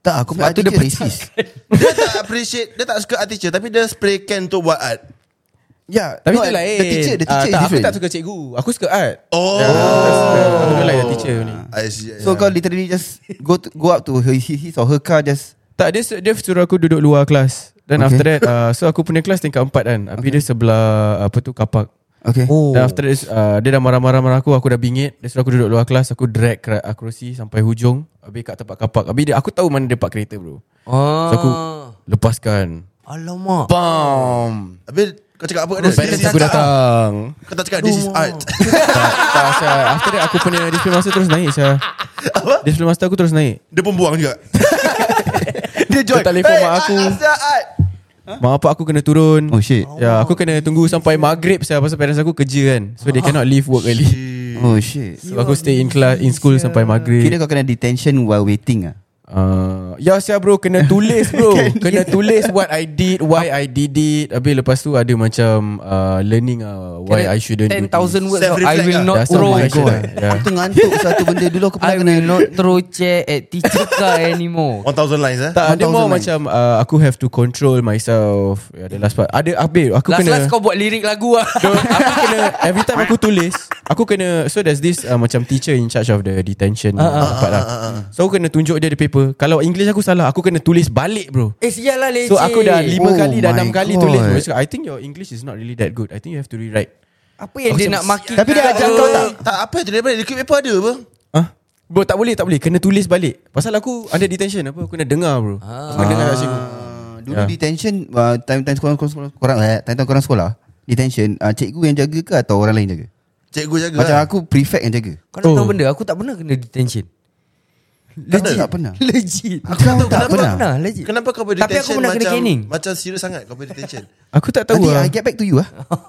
tak, aku punya art teacher racist.
Dia tak appreciate, dia tak suka art teacher tapi dia spray can untuk buat art.
Ya,
Tapi
no,
tu lain.
The teacher, the teacher is
Ah, tak, Aku
different.
tak suka cikgu. Aku suka art.
Oh.
Ya, aku suka. Aku don't like the teacher ni.
I see.
So kau literally just go to, go up to her, his, his or her car just
Tak, dia, su- dia suruh aku duduk luar kelas. Then
Okay.
okay. after that, uh, so aku punya kelas tingkat empat kan. Habis okay. dia sebelah, apa tu, kapak.
Okay.
Oh. Dan after this uh, Dia dah marah-marah marah aku Aku dah bingit Dia suruh aku duduk luar kelas Aku drag kera- uh, kerusi Sampai hujung Habis kat tempat kapak Habis dia, aku tahu mana dia park kereta bro
Ah.
So aku Lepaskan
Alamak.
Bam
Habis Kau cakap apa dia?
Pattern
Dia
aku
cakap,
datang
Kau tak cakap this is art.
Tak Syah After that aku punya display master terus naik Syah
Apa?
Display master aku terus naik
Dia pun buang juga.
Dia join telefon mak aku
ah,
Mak apa aku kena turun
Oh, shit.
Ya aku kena tunggu sampai maghrib Syah Pasal parents aku kerja kan So they cannot leave work early
Oh shit
So aku stay in class In school sampai maghrib
Kira kau kena detention while waiting ah.
Uh, ya Syah bro Kena tulis bro Kena tulis what I did Why I did it Habis lepas tu ada macam uh, Learning uh, Why I shouldn't do this
10,000 words
Self-reflect
I will
lah.
not
That's
throw
all my God. Yeah.
Oh Aku tu ngantuk satu benda dulu aku
I
pernah kena
will not throw chair at teacher car anymore
1000 lines eh.
Tak, ada
1009.
more macam uh, Aku have to control myself yeah, The last part Ada habis Aku
Last
kena
last kau buat lirik lagu lah
So, aku kena Every time aku tulis Aku kena So there's this uh, Macam teacher in charge of the detention uh, uh, tempat lah. So aku kena tunjuk dia the paper Kalau English aku salah Aku kena tulis balik bro
Eh sial lah leceh
So aku dah lima
Oh
oh kali Dah enam
my
kali tulis
God.
bro. Dia cakap, I think your English is not really that good I think you have to rewrite
Apa yang dia nak maki
Tapi dia ajar kau tak?
Tak apa tu daripada liquid paper ada apa?
Huh? Bro tak boleh tak boleh Kena tulis balik Pasal aku under detention Apa aku nak dengar bro ah. Aku dengar kat sini
Ah, Dulu
Ya.
detention uh, time time sekolah sekolah korang eh, time time korang sekolah detention uh, cikgu yang jaga ke atau orang lain jaga?
Cikgu jaga.
Macam
lah.
aku prefect yang jaga.
Kau nak tahu
Oh.
benda Aku tak pernah kena detention
Legit tak pernah.
Legit
Aku tak, tak pernah.
pernah Ah, legit
Kenapa kau boleh
Tapi aku
detention
pernah kena
macam,
caning
macam serius sangat kau boleh detention?
Aku tak tahu
Nanti
lah
I get back to you ah.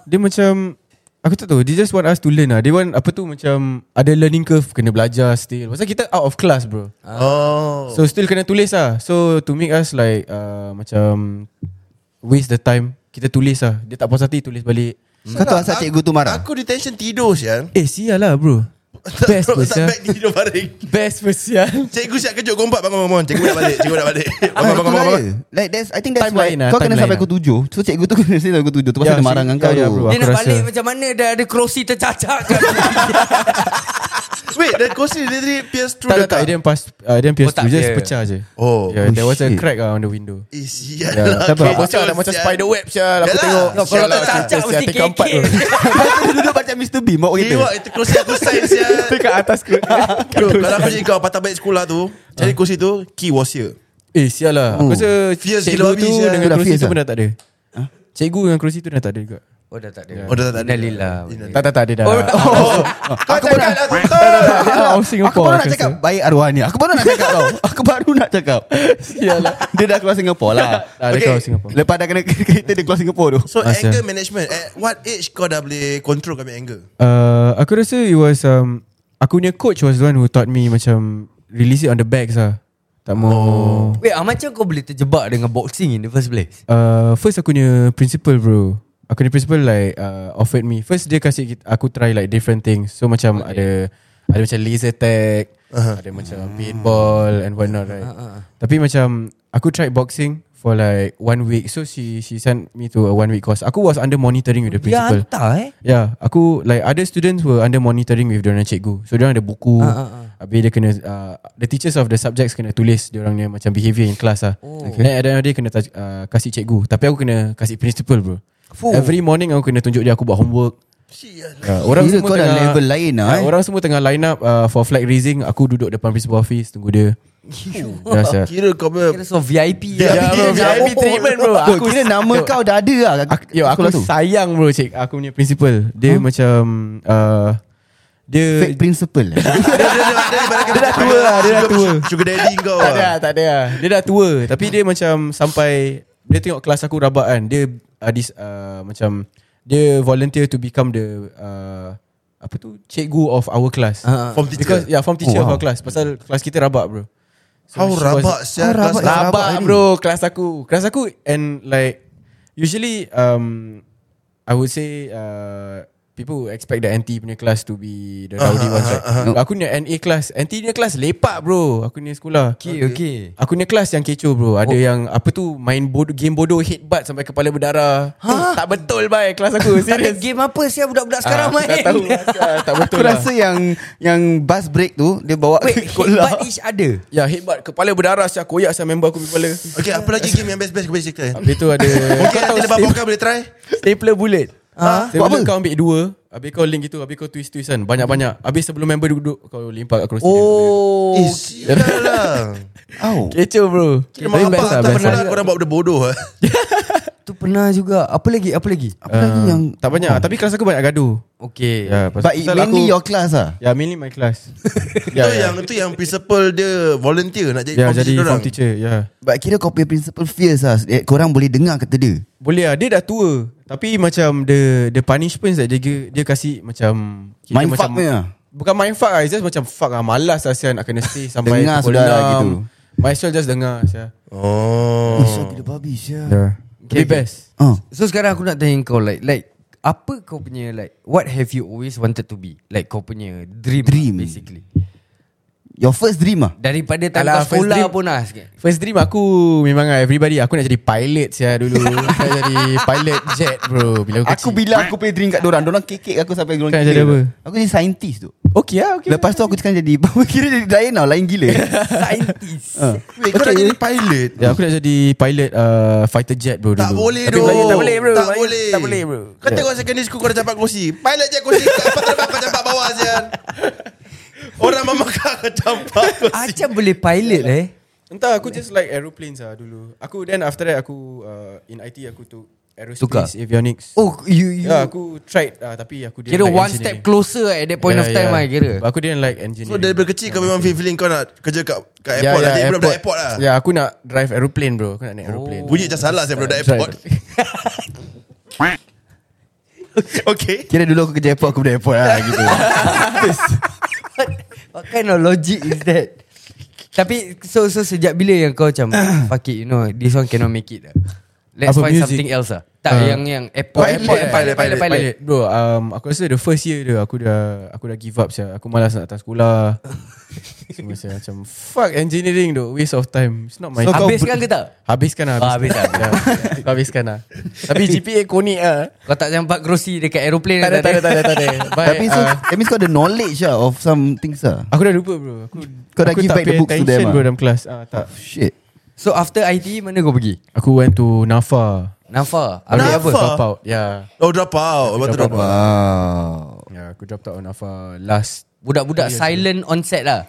Dia macam Aku tak tahu They just want us to learn lah They want apa tu macam Ada learning curve Kena belajar still Pasal kita out of class bro
Oh.
So still kena tulis lah So to make us like uh, Macam Waste the time Kita tulis lah Dia tak puas hati tulis balik
Kau tahu asal cikgu tu marah?
Aku detention tidur sial.
Eh sial lah bro Best eh.
Bro,
pun
tak
sial
back tidur baring.
Best pun sial
Cikgu siap kejut gompak bangun bangun. Cikgu nak balik. Cikgu nak balik.
Ah,
Bangun bangun
itulah
bangun. bangun.
dia. Like that's I think that's
Time
why
lain lah,
kau
time
kena
lain
sampai
lah.
pukul tujuh. So cikgu tu kena sampai pukul tujuh. Tu
Ya,
pasal dia marah
si-
dengan
ya,
kau
ya,
tu.
bro.
Dia
Aku
nak
rasa-
balik macam mana Dah ada kerusi tercacak kat
Wait, the course literally pierce through the
Tak tak tak
car.
It didn't pass uh, It didn't pierce
Oh, tak
through Just
dia.
pecah je
Oh.
yeah, There was a
shit.
crack lah on the window
Eh, sial
Ya,
lah,
tak apa.
kecoh,
Apa sial, dah macam
sial.
spider web sial. Aku
Yalah.
tengok.
Kau
Kalau
Sial lah,
tercacak
sial,
mesti
tingkat empat
kekek
bro.
Duduk macam Mr. Bean bawa
Gila, itu kursi aku sign sial.
Dekat atas ke
Bro, kalau aku jadi kau patah balik sekolah tu, cari kursi tu, key was here.
Eh sial lah
Oh.
Aku rasa
Fierce
Cikgu
gila
tu
habis, sial.
Tu
dengan
dah
kerusi
fierce
tu
lah.
pun dah tak ada Cikgu dengan kerusi tu dah tak ada juga
Oh dah tak ada
Oh, dah tak ada.
Innalillah
Tak tak tak ada dah
Oh, kau cakap lah betul.
Out of
Aku
Singapore
baru nak cakap Baik arwah ni Aku baru nak cakap tau Aku baru nak cakap Sial lah Dia dah keluar Singapore lah
Tak ada
Okay.
kau Singapore
Lepas dah kena kereta Dia keluar Singapore tu
So
Asal.
anger management At what age kau dah boleh Control kami anger
Uh, Aku rasa it was um, Aku punya coach was the one who taught me Macam Release it on the bags lah Tak mau
Wait ah, macam kau boleh terjebak Dengan boxing in the first place
uh, First aku punya principal bro Aku punya principal like uh, Offered me First dia kasih kita- aku try like different things So macam ada Ada macam laser tag uh-huh. Ada macam paintball And what not right uh-huh. Tapi macam Aku tried boxing For like one week So she she sent me to a one week course Aku was under monitoring with the
Dia
principal
hantar eh
Yeah, Ya, aku like other students were under monitoring with diorang cikgu. So diorang ada buku. Uh, uh, uh. Habis dia kena uh, the teachers of the subjects kena tulis diorang ni macam behavior in class ah. Oh. Okay. Then ada dia kena taj- uh, kasih cikgu. Tapi aku kena kasih principal bro.
Fuh.
Fuh. Every morning aku kena tunjuk dia aku buat homework. Uh, orang
Gila,
semua
kau dah
tengah,
level lain lah,
Ah,
eh.
Orang semua tengah line up uh, for flag raising. Aku duduk depan principal office tunggu dia. Ya, sia.
Kira kau ber
Kira so VIP
Ya,
lah.
bro,
VIP treatment, bro.
Aku
Aku-
Kira nama
Yo.
kau dah ada lah
Aku, yo, aku
sekolah tu.
sayang bro cik Aku punya principal Dia macam uh, Dia
Fake principal lah.
Dia dah
tua lah, dia dah tua.
Sugar daddy kau
tak ada
lah
lah, tak ada lah. Dia dah tua tapi dia macam sampai dia tengok kelas aku rabak kan. Dia adis uh, macam dia volunteer to become the uh, apa tu cikgu of our class. Uh,
Form teacher.
Because yeah, form teacher
Oh, wow.
oh, of our class pasal kelas kita rabak bro.
How
she was-
rabak sial
How rabak
kelas-
sial?
Rabak,
rabak ni.
bro Kelas aku Kelas aku And like Usually um, I would say uh, People would expect the NT punya class To be The rowdy ones right Aku punya NA class NT punya class lepak bro Aku punya sekolah
Okay okay
Aku punya kelas yang kecoh bro Ada oh. yang Apa tu Main bodoh, game bodoh Headbutt sampai kepala berdarah ha? Tak betul bye Kelas aku
Ada
Serius
game apa siapa budak-budak sekarang
Ah, aku
main
tak tahu asal, Tak betul
Aku
lah
rasa yang Yang bus break tu Dia bawa
Wait
ke
hebat
sekolah
each other
Ya headbutt Kepala berdarah Saya koyak saya member aku punya kepala
Okay apa lagi game yang best-best kau boleh cerita
Habis tu ada
Okay
Kau tahu
nanti lepas
Steve-
podcast boleh try
Stapler bullet
Ha?
Sebelum
Buat apa?
kau ambil dua Habis kau link gitu Habis kau twist-twist kan Banyak-banyak Habis sebelum member duduk Kau limpak kat kerusi
Oh
Eh sial lah
Au
dia Kecoh bro
Kira mak
Tapi
apa
best lah
Tak
best
pernah
lah
lah korang buat benda bodoh eh.
tu pernah juga. Apa lagi? Apa lagi?
Apa lagi yang
Tak banyak oh. Tapi kelas aku banyak gaduh
Okay.
Ya, pasal,
But it mainly your class ah.
Ya yeah, mainly my class
Itu yang Itu yang principal dia Volunteer nak jadi
Ya
form
jadi
teacher
form
dorang.
teacher Ya yeah.
But kira kau punya principal fierce lah Eh, Korang boleh dengar kata dia
Boleh lah Dia dah tua Tapi macam The the punishment that dia, dia kasih macam kita
Mind
macam,
fuck punya.
Bukan mind fuck lah It's just macam fuck lah Malas lah sian Nak kena stay sampai
Dengar
pukul
sudah lah
enam.
gitu.
Might as well just dengar sian.
Oh
Ish, gila babi sia
Yeah.
Okay,
Okay, best
Oh,
So sekarang aku nak tanya kau like like apa kau punya like what have you always wanted to be? Like kau punya dream,
Dream.
basically.
Your first dream ah
Daripada time
Alah,
kau
first
sekolah
dream-
pun lah sikit.
First dream aku Memang lah everybody Aku nak jadi pilot siya dulu Aku nak jadi pilot jet bro Bila aku,
Aku
kecil
bilang aku punya dream kat dorang Dorang kekek aku sampai dorang
Kau nak
kekek
jadi apa?
Aku jadi saintis tu
ah,
Okay lah okay
Lepas tu aku sekarang jadi Kira jadi Diana lain gila Ah, Saintis
Wait kau nak jadi pilot
Ya aku nak jadi pilot uh, Fighter jet bro
tak
dulu.
boleh
Tapi
doh.
banyak- Tak boleh bro
Tak
banyak-
boleh.
Tak boleh bro Ya.
Kau tengok secondary school kau dah campak kerusi. Pilot je kerusi. Apa terbang kau campak bawah sian. Orang memakar kau campak kerusi.
Acap boleh pilot eh.
Entah aku just like aeroplanes lah dulu Aku then after that aku uh, In IT aku tu Aerospace
Tukar.
avionics
Oh you you
Ya aku tried uh, Tapi aku didn't
kira
like
one
engineering.
step closer at that point
Yeah,
of time
yeah.
lah kira.
But Aku didn't like engineering
So daripada kecil kau memang feel feeling kau nak kerja kat kat airport lah.
Ya, Oh. ya,
Jadi budak-budak airport lah.
Ya aku nak drive aeroplane bro Aku nak naik aeroplane
Bunyi macam salah saya budak
Drive.
airport. Okay.
Kira dulu aku kerja airport Aku dah airport lah gitu
What kind of logic is that? Tapi so so sejak bila yang kau macam fuck it you know this one cannot make it lah. Let's
Apa
find
music?
something else lah. Tak
Ah.
yang yang airport
Pilot,
airport
pilot, pilot,
Pilot bro um, Aku rasa the first year tu Aku dah Aku dah give up sia. Aku malas nak datang sekolah So macam, macam Fuck engineering tu Waste of time It's not my
So,
thing.
habiskan ke tak?
Habiskan lah
Ah,
Habiskan,
habiskan.
Ya, Aku habiskan lah Tapi GPA konik lah
Kau tak campak kerusi dekat aeroplane
Tak ada tak ada tak ada tak ada But,
Tapi so
uh,
That means kau ada knowledge lah Of some things lah
Aku dah lupa bro Aku,
Kau dah
aku
give
tak
back the
pay
books to them,
attention,
ah?
bro dalam kelas ah, tak.
Shit
So after IT mana kau pergi?
Aku went to NAFA
Nafa.
Aku
Habis
Nafa?
apa?
Drop out Ya
Oh drop out. Lepas tu drop out.
Wow
yeah. Aku dropped out on NAFA last Oh,
Budak-budak
ya,
silent on set lah.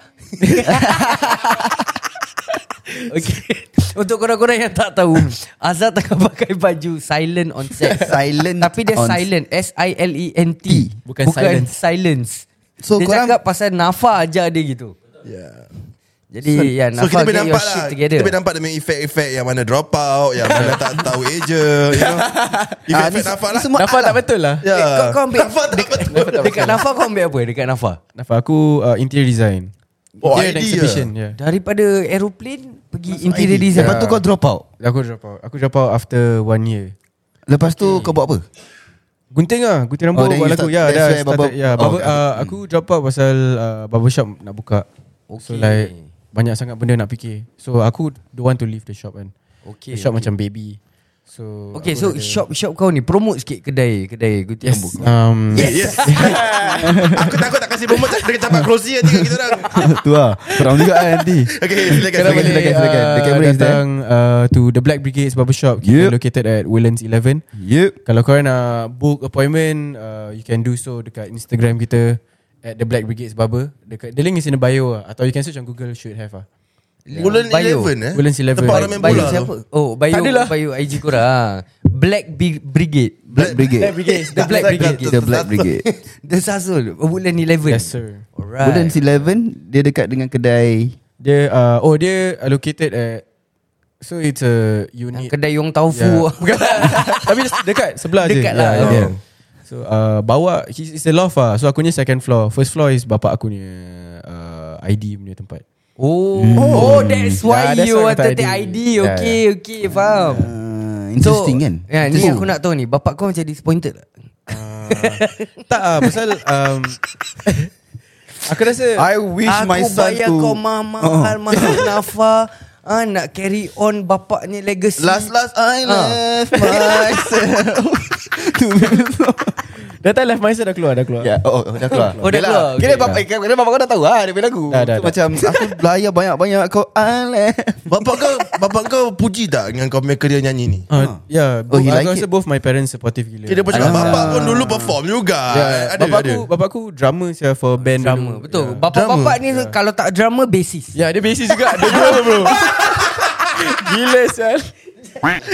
okay. Untuk korang-korang yang tak tahu, Azhar tengah pakai baju silent on set.
Silent
Tapi dia
on-
silent. S-I-L-E-N-T.
Bukan silence.
silence. So dia
So, korang-
cakap pasal nafa aja dia gitu.
Yeah.
Jadi so, ya,
So
nafa
kita boleh
get your
nampak
shit
lah
together.
Kita boleh nampak Demi efek-efek Yang mana drop out Yang mana tak tahu agent You
Ah,
know Efek-efek nampak lah
semua
NAFA tak betul lah
Ya.
Eh, kau, kau ambil
Nampak tak betul
Dekat nafa kau ambil apa? Dekat nafa.
NAFA aku uh, interior design
Oh,
Dia ada
idea.
exhibition ya. yeah.
Daripada aeroplane pergi interior
ya.
design.
Lepas tu kau drop out
Aku drop out Aku drop out after one year
Lepas tu kau buat apa?
Gunting lah Gunting
Oh,
rambut
then you
buat lagu
start-
Ya
that's
dah
where barber-
started Ya
oh,
barber-
okay.
uh, Aku drop out pasal uh, Barbershop nak buka So
Okay.
like Banyak sangat benda nak fikir So aku Don't want to leave the shop kan
Okay,
The shop
okay.
macam baby So
Okay,
aku
so
ada-
shop shop kau ni promote sikit kedai kedai gunting
Yes
rambut. kau.
um,
Yes Aku takut tak kasih promote Dia campak kerusi nanti kat kita orang
tu lah Seram juga kan nanti
Okay silakan
Kena
Silakan,
boleh
silakan
silakan, silakan. The
uh,
camera is there.
datang uh, to The Black Brigade's Barbershop Kita
Yep.
located at Woodlands 11
Yep
Kalau korang nak book appointment uh, You can do so dekat Instagram kita At The Black Brigade's Barber dekat, The link is in the bio lah Atau you can search on Google Should have lah
Bulan
Bio.
11 eh
Woodlands 11.
Tempat orang main
Bayu
bola
siapa?
tu
Oh, Bayu
Tak adalah.
Bayu IG korang. ah. Black Big Brigade.
Black Brigade
The Black Brigade.
The Black Brigade
The Sasul Woodland 11.
Yes sir
Alright.
Woodlands 11 Dia dekat dengan kedai
Dia uh, Oh dia allocated at So it's a unit
Kedai Yong Taufu.
Yeah. Bukan. Tapi dekat sebelah je.
Dekat lah.
Yeah,
Oh.
yeah. So uh, bawa he- It's a loft lah So aku ni second floor First floor is bapak aku ni uh, ID punya tempat
Oh, oh that's why
Yeah, that's
you
why
want
kata
to take
ID.
ID.
Yeah,
Okay, okay, faham.
uh, Interesting kan
Ya, ni
Interesting.
aku nak tahu ni. Bapak kau macam disappointed tak?
Tak lah Pasal um, Aku rasa
Ah.
I wish
aku
my son
bayar
to
kau mahal-mahal mahal nafa. Ah, nak carry on bapak ni legacy.
Last last I
Ah.
left myself to be alone.
Dah tak left mindset dah keluar Dah keluar
Ya, oh, oh, dah keluar.
Oh, dah
Yelah,
keluar, okay.
Kira bapak eh, kira bapak kau dah tahu ah dia punya lagu.
Dah, dah,
So,
dah.
Macam aku belayar banyak-banyak kau I left.
Bapak kau Bapak kau puji tak Dengan kau punya kerja nyanyi ni
Ah.
Uh, yeah,
Oh,
oh,
he
aku
like
like
it.
rasa both my parents supportive gila.
Kita pun cakap Bapak pun dulu perform juga
Ya,
Yeah,
Ada
bapak
ada
aku, bapak aku drama saya for band
drama. Ya.
dulu.
Betul.
Yeah.
Bapak-bapak ni kalau tak drama basis.
Ya, yeah, dia basis Ah. juga. Dia drama bro. gila sial.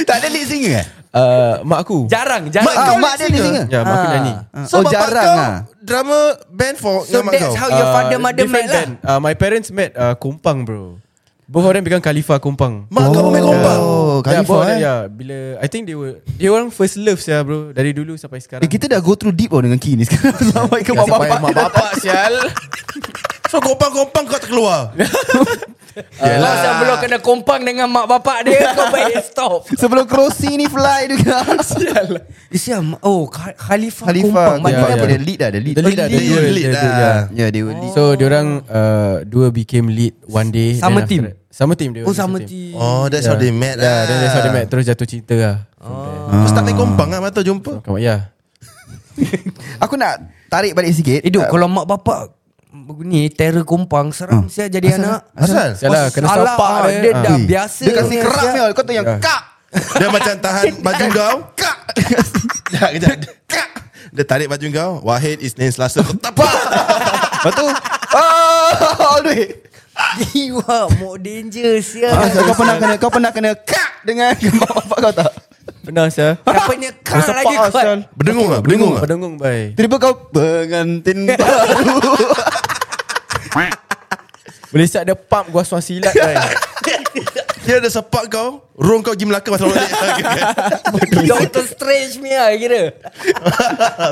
tak ada lead singer eh?
uh, mak aku.
Jarang, jarang.
Ah,
Kau
mak
lead
dia ni
singer?
singer.
Ya, mak aku
Ah.
nyanyi.
Ah.
So
oh
bapak
jarang
kau
ah.
Drama band for
lah. So
dengan mak
that's
kau
how your father mother met
Ah, different
lah.
band. Uh, my parents met uh, Kumpang bro. Both of them become Khalifa Kumpang.
Mak kau pemain kompang
Oh,
yeah, both of
Khalifah
them,
eh.
yeah, bila I think they were they orang first love saya bro dari dulu sampai sekarang.
Eh, kita dah go through deep tau dengan Ki ni sekarang. Sampai ke mak bapak.
Mak bapak sial So kompang-kompang kau terkeluar
Kau sebelum kena kompang dengan mak bapak dia Kau baik stop
Sebelum crossing ni fly juga.
Sial Oh Kha- Khalifah,
Khalifah,
kompang
Mak
yeah,
dia apa
yeah.
dia lead dah, dia lead.
The lead dah, the
Dia
dual,
lead
the dual,
lah.
yeah.
Yeah, they were lead.
So diorang uh, dua became lead one day. then
Sama
after
team?
that- Sama team dia.
Oh sama team
Oh that's how they met
Yeah,
lah
then that's how they met. Terus jatuh cinta lah. Oh.
Terus tak main kompang lah Mata jumpa
Come on, ya. yeah.
Aku nak tarik balik sikit.
Eh duk kalau mak bapak Ni terror kompang Seram saya jadi anak
Asal
Yalah, kena
Alah,
sapak
ah,
dia.
Dia
Ah.
dah
Ui,
biasa
Hmm. Dia kasi kerak
Sial.
ni Kau tu yang kak
Dia macam tahan baju kau Kak Dah kejap Kak Dia tarik baju kau Wahid Isnin Selasa Tepat
Lepas tu Oh All the way
Gila More danger Sial
Ah, so kau pernah kena Kau pernah kena Kak Dengan mak bapak kau tak
Pernah saya.
Kau punya kak lagi kuat
Berdengung lah Berdengung lah
Pendengung bye.
Tiba-tiba kau Pengantin baru
Boleh siap dia pump gua suan silat bye.
Dia ada sepak kau Rung kau pergi Melaka Masa balik Ah, kan.
Doctor Strange ni lah kira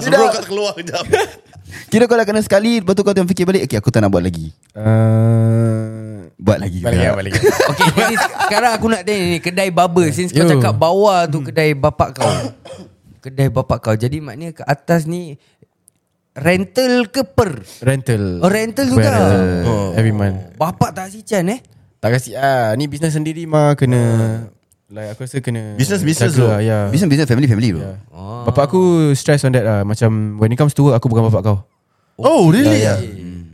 Rung Ah, kau terkeluar kejap
Kira kau dah kena sekali Lepas tu kau tengok fikir balik Okay aku tak nak buat lagi
Uh,
Buat lagi
balik ya,
juga.
balik.
Okay jadi sekarang aku nak tanya ni Kedai barber Since kau
Yo.
cakap bawah tu Kedai bapak kau Kedai bapak kau Jadi maknanya ke atas ni Rental ke per
Rental.
Oh, rental juga.
Bayar rental. Every month.
Bapak tak si Chan eh
Tak kasi ah, ni bisnes sendiri mah kena like aku rasa kena
Business- business
jaga lah,
tu.
ya.
Business business family family bro
Yeah. Bapak aku stress on that lah Macam when it comes to work Aku bukan bapak kau
Oh really yeah,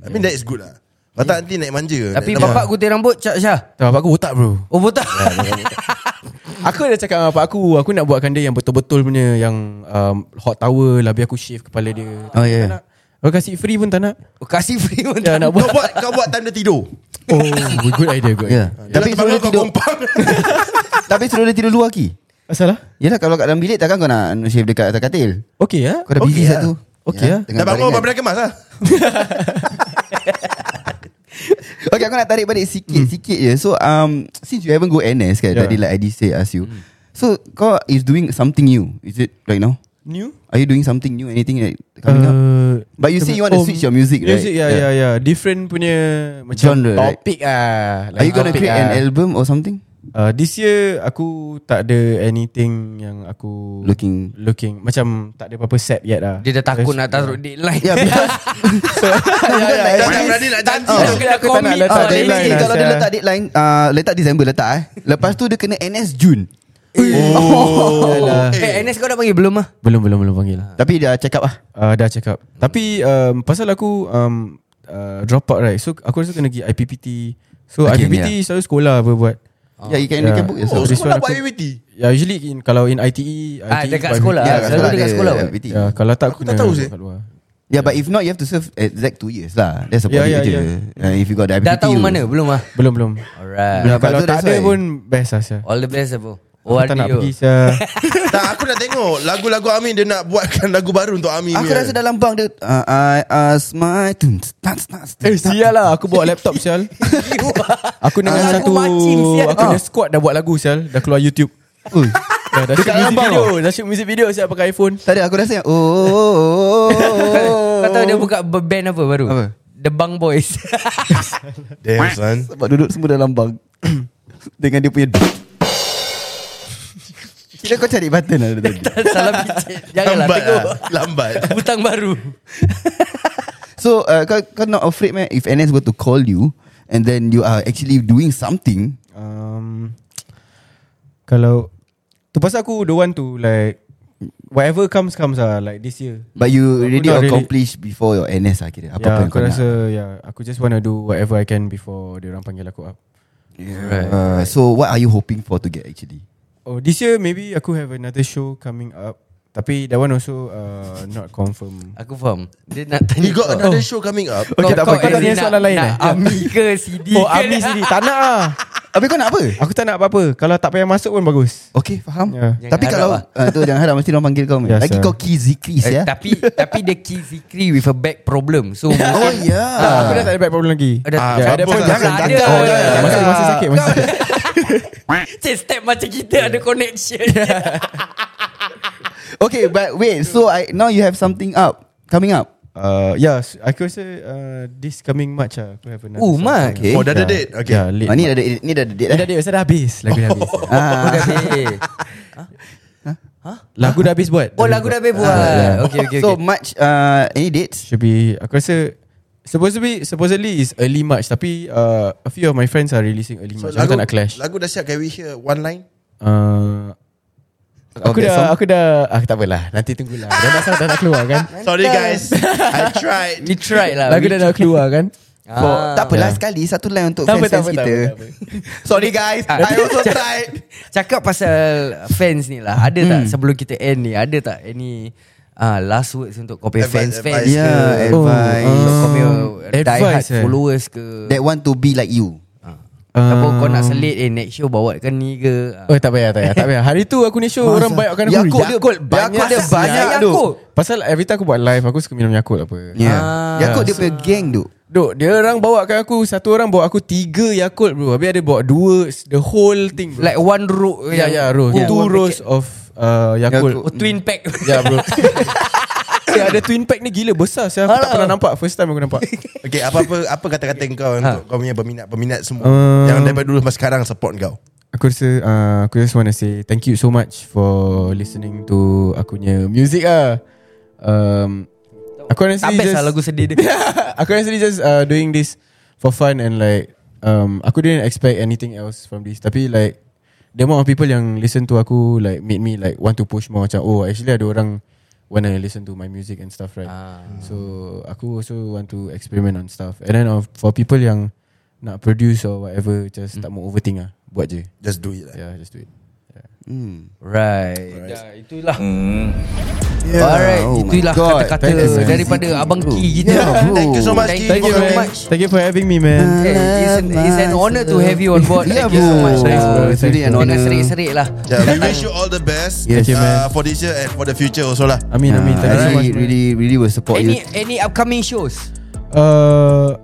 I mean that is good lah Kalau tak nanti naik manja
Tapi
naik
bapak putih rambut Cak Syah
Tak, Bapak aku botak bro
Oh botak
Aku dah cakap dengan bapak aku Aku nak buatkan dia yang betul-betul punya Yang um, hot towel Habis aku shave kepala dia
Oh, yeah.
Tak nak. Aku kasih free pun tak nak
Oh, Kasih free pun
Ya
tak
nak
tambah. Kau
buat
buat Kau buat time dia tidur
Oh good idea good
Yeah.
idea
Tapi
Tapi
sebelum
suruh dia
kau
tidur
kompang
Tapi suruh dia tidur luar Ki
Asal lah
Yelah kalau kat dalam bilik Takkan kau nak Shave dekat atas katil
Okay lah
Kau dah
Okey
busy satu
lah.
Okey lah.
dengan
Dah bangun
baringan.
Bapak dah kemas lah
Okay aku nak tarik balik sikit Sikit je So um, Since you haven't go NS kan
Hmm. Yeah. Hmm.
Tadi like Eddie say ask you So kau is doing something new Is it right now?
New
Are you doing something new Anything like coming up? Uh, But you say you want to switch your music, right?
Oh, Music yeah, yeah yeah Different punya Macam
Genre, right?
Topik ah
Are you gonna create an album or something?
Uh, this year aku tak ada anything yang aku
Looking-
looking macam tak ada apa-apa set yet lah.
Dia dah takut nak taruh deadline
Ah.
Yeah, because Eh,
ya, ya,
Dah tak
actually-
berani nak janji
Oh.
tau.
Kena
Aku tak nak
commit
letak
ah,
tau.
dia,
deadline
dia,
lah,
kalau dia
Syah.
letak deadline, uh, letak December letak eh. Lepas tu dia kena NS Jun.
oh. Eh NS kau dah panggil belum ah?
Belum belum belum panggil
Tapi dia check up ah.
uh, Dah cakap Tapi um, Pasal aku um, uh, Drop out right So aku rasa kena pergi IPPT So
Okay,
okay, IPPT yeah. selalu sekolah apa buat
Yeah, Ya, you can, you can book
Oh
yourself.
So, this
sekolah
one
buat
aku-
IPT
Ya yeah, usually in, Kalau in E, ITE, ITE
Ah dekat
buat
sekolah.
IPPT.
Yeah,
Selalu dekat sekolah. kot.
IPT.
Ya, Kalau tak aku
Aku tak
kena
tahu, Syah.
kat luar.
Yeah, but if not, you have to serve exact two years lah. That's about it
Yeah, yeah,
je. Uh, if you got the IPT,
Dah tahu
you-
mana belum ah?
Belum belum
Alright.
Ya, Kalau
So,
tak
that's why-
ada pun Best lah Syah.
All the best apa? Oh,
Aku tak nak
Ardio.
pergi Syah.
Tak aku nak tengok Lagu-lagu Amin Dia nak buatkan lagu baru Untuk Amin
Aku
punya.
rasa dalam bank dia uh, I ask my tun, tun, tun, tun.
Eh sial lah Aku bawa laptop sial Aku dengan
Aku
satu
mancing, sial.
Aku punya squad dah buat lagu sial Dah keluar YouTube
Ui.
Dah, dah shoot
Dekat dalam
music
bang
video Dah shoot music video sial Pakai iPhone
Tak ada aku rasa yang, Oh, oh, oh, oh, oh, oh.
Kau tahu dia buka band apa baru?
Apa?
The Bang Boys.
Damn son
Sebab duduk semua dalam bank Dengan dia punya Kira kau cari button lah tadi
Salah picit. Janganlah
Lambat
tegur.
lah Lambat
Butang baru.
So uh, kau, kau not afraid man If NS were to call you And then you are actually doing something
um, Kalau Tu pasal aku don't want to like Whatever comes comes lah Like this year
But you
Aku
already
dah really-
accomplished Before your NS lah kira
Ya
Apa-apa yang
aku
kau
rasa
nak
ya, Aku just wanna do Whatever I can Before Diorang panggil aku up
uh, So what are you hoping for to get actually
Oh this year maybe Aku have another show Coming up Tapi that one also uh, Not confirm
Aku faham. Dia nak tanya.
You got
Oh,
another show coming up
Okay, tak apa. Kau
as in
tanya
nak-
soalan lain,
nak
eh?
Ami ke CD
Oh
ke?
Ami sendiri Tak nak lah
Habis kau nak apa?
Aku tak nak apa-apa Kalau tak payah masuk pun bagus
Okay faham
Ya.
yeah. Tapi
Jangan
kalau
harap
uh, tu Jangan harap Mesti orang panggil kau
Ya,
yeah, Lagi
sir.
kau key zikris
Eh,
ya
tapi tapi dia key zikri with a back problem. So
Oh
mungkin
ya
ah. Aku dah tak ada back problem lagi
Ada-
Ah,
ada
ada
pun
pun
jangan ada.
Oh, ya, ya, ya.
Jangan.
Masih, masih sakit masih sakit.
Cik step macam kita ada connection.
Okay but wait So I now you have something up Coming up
Uh, yeah, s- aku rasa uh, this coming March lah. Aku have another.
Oh,
song.
March.
Okay.
Oh, dah ada date? Okay.
Yeah, Ya. late.
ah, Ni dah ada Ni dah ada date eh?
Dah ada date. Pasal dah habis. Lagu dah habis.
Ah.
lagu dah habis buat.
Oh lagu dah habis
Ah, ya.
buat. Okay okay
So
okay.
much uh, Any dates
Should be, aku rasa supposed to be supposedly is early March tapi uh, a few of my friends are releasing early March. aku tak nak clash.
Lagu dah siap Can we hear one line?
Uh,
Okay,
aku dah
song.
aku dah ah, tak apalah. Nanti tunggulah. Dah dah dah nak keluar kan?
Sorry guys I tried
We tried lah.
lagu
We
dah nak keluar kan?
Ah.
For, tak apalah
Ya.
sekali Satu line untuk
Tak apa,
fans-fans
tak apa, tak
kita
apa, tak apa.
Sorry guys
Ah,
I also
cak-
tried
Cakap pasal fans ni lah Ada
Hmm.
tak sebelum kita end ni Ada tak any uh, Last words untuk kau punya
Advice,
fans-fans
advice.
ke Oh, Untuk
Yeah, advice.
Kau punya
Advice,
Die hard
eh.
followers ke
That want to be like you
Apa kau nak
Um,
selit Eh next show bawakan ni ke Ah,
Oh tak payah tak payah tak payah. Hari tu aku ni show orang banyakkan Ya, aku.
Yakult dia- Yakult dia banyak
tu.
tu. Pasal every time aku Ya. buat live aku suka minum Yakult apa.
Yeah
Ah.
Yakult dia punya gang tu
Duk, dia orang bawa kat aku Satu orang bawa aku Tiga Yakult bro Habis ada bawa dua The whole thing bro
Like one row
Ya ya bro
Oh,
Two
one
rows
packet.
of
Oh,
uh, Yakult
Twin pack
Ya bro Eh, ada twin pack ni gila besar saya aku tak pernah nampak first time aku nampak.
Okay apa-apa Apa kata-kata kau Untuk kau punya peminat-peminat semua
Um,
Jangan daripada dulu Sampai sekarang support kau
Aku rasa uh, aku just want to say thank you so much for listening to aku punya music ah. Um, aku honestly
Tak best
just,
lah lagu sedih dia
aku honestly just uh, doing this for fun and like um, aku didn't expect anything else from this tapi like the amount of people yang listen to aku like made me like want to push more macam oh actually ada orang wanna listen to my music and stuff right ah. so aku also want to experiment on stuff and then of, for people yang nak produce or whatever just mm. tak mau overthink ah buat je
Just do it lah
yeah just do it
Hmm.
Right Ya itulah
yeah.
Alright Itulah kata-kata
Thank you, man.
Daripada Abang Ki kita
Yeah, bro.
Thank you so much
Thank
Ki.
you so
Okay.
much.
thank you for having me man
Hey, Kan? it's, an, it's an honor to have you on board.
Yeah,
Thank you so
bro.
much.
Thanks, bro. It's really an
Jangan
honor.
serik-serik lah.
Yeah, we wish you all the best
Yes. Thank you,
uh, for this year and for the future also lah.
I mean I mean
I
thank you so much
really,
man.
really, really will support you
Any any upcoming shows?
Uh,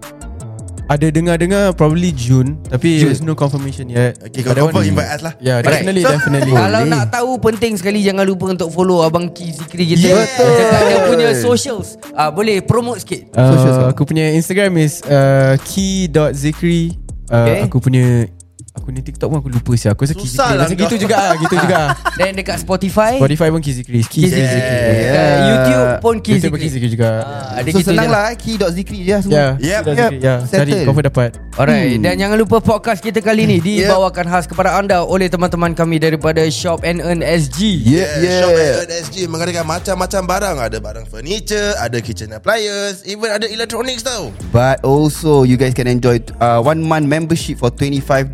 ada dengar-dengar probably June tapi June. there's no confirmation yet.
Okay, kalau
That
confirm,
one-
invite us lah.
Yeah,
Alright.
definitely,
So,
definitely.
Kalau nak tahu penting sekali jangan lupa untuk follow Abang Ki Zikri kita.
Yeah. Betul.
Dekat dia punya socials. Ah boleh promote sikit.
Socials
Uh,
kau.
aku punya Instagram is uh, key.zikri. Uh,
Okay.
okay. Aku punya aku ni TikTok pun aku lupa sih. Aku rasa Key
Susah
Zikri.
lah
Macam
kau.
gitu juga ah, gitu juga. ah.
Dan dekat Spotify,
Spotify pun Key Zikri.
Ki
Key
Eh. Zikri.
Zikri.
Dekat YouTube pun Ki
YouTube pun Key
Zikri.
Zikri juga.
Ah, ada
So
gitu
senang
je
lah eh Key.zikri je lah semua
Yeah,
Yep,
Key
yep.
Zikri. yeah. Cari
Settle.
kau pun dapat.
Alright hmm. Dan jangan lupa podcast kita kali ni Dibawakan khas kepada anda Oleh teman-teman kami Daripada Shop and Earn SG
Yeah, yeah. Shop
yeah.
at SG mengadakan macam-macam barang. Ada barang furniture, ada kitchen appliance, even ada electronics tau.
But also you guys can enjoy uh, one month membership for $25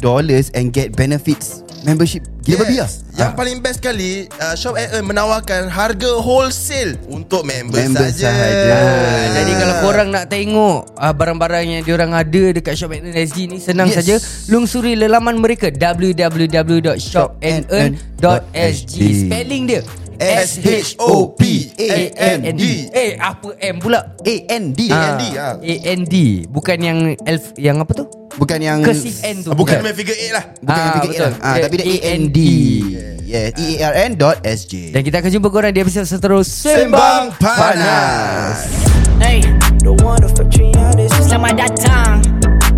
and get benefits membership gila yes. babi lah.
Yang paling best sekali, uh, Shop at Earn menawarkan harga wholesale untuk member,
Member
saja.
sahaja.
Ah, Jadi kalau korang nak tengok ah, Barang-barang yang diorang ada Dekat Shop and Earn SG ni Senang
Yes.
saja Lungsuri lelaman mereka www.shopandearn.sg Spelling dia
S-H-O-P-A-N-D.
Eh apa M pula
A-N-D
Ah,
A-N-D, ah. Hmm.
A-N-D Bukan yang elf, Yang apa tu
Bukan yang
Cursive N tu
Ah, Bukan main figure 8 lah.
Bukan yang
Ah,
tiga A
betul.
lah ah,
Eh,
Tapi dia A-N-D Yes E E-A-R-N dot S-J
Dan kita akan jumpa korang Di episod seterusnya
Sembang Panas.
Hey, Selamat datang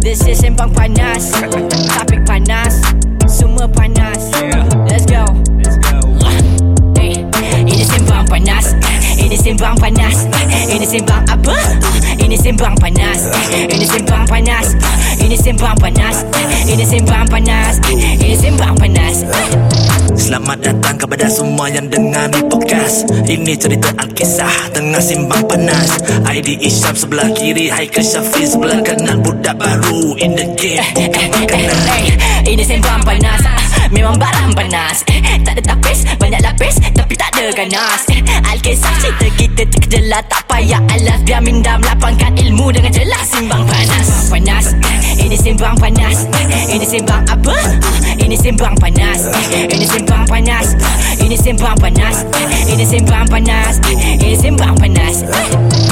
This is Sembang Panas Topik panas Semua panas Let's go Hey, Ini Sembang Panas Ini Sembang Panas Ini Sembang apa? Ini Sembang Panas Ini Sembang Panas Ini Sembang Panas Ini Sembang Panas Ini Sembang Panas
Selamat datang kepada semua yang dengar ni podcast Ini cerita Alkisah tengah simbang panas Aidi Isyam sebelah kiri Haikal Syafiq sebelah kanan Budak baru in the game
Eh, eh, eh, eh, Ini Sembang Panas Memang barang panas eh, Tak ada tapis Banyak lapis Tapi tak ada ganas eh, Alkisah cerita kita terkejelah Tak payah alas Biar mindam lapangkan ilmu Dengan jelas Simbang panas Panas eh, Ini simbang panas eh, Ini simbang apa? Ah, Ini simbang panas eh, Ini simbang panas ah, Ini simbang panas eh, Ini simbang panas eh, Ini simbang panas eh.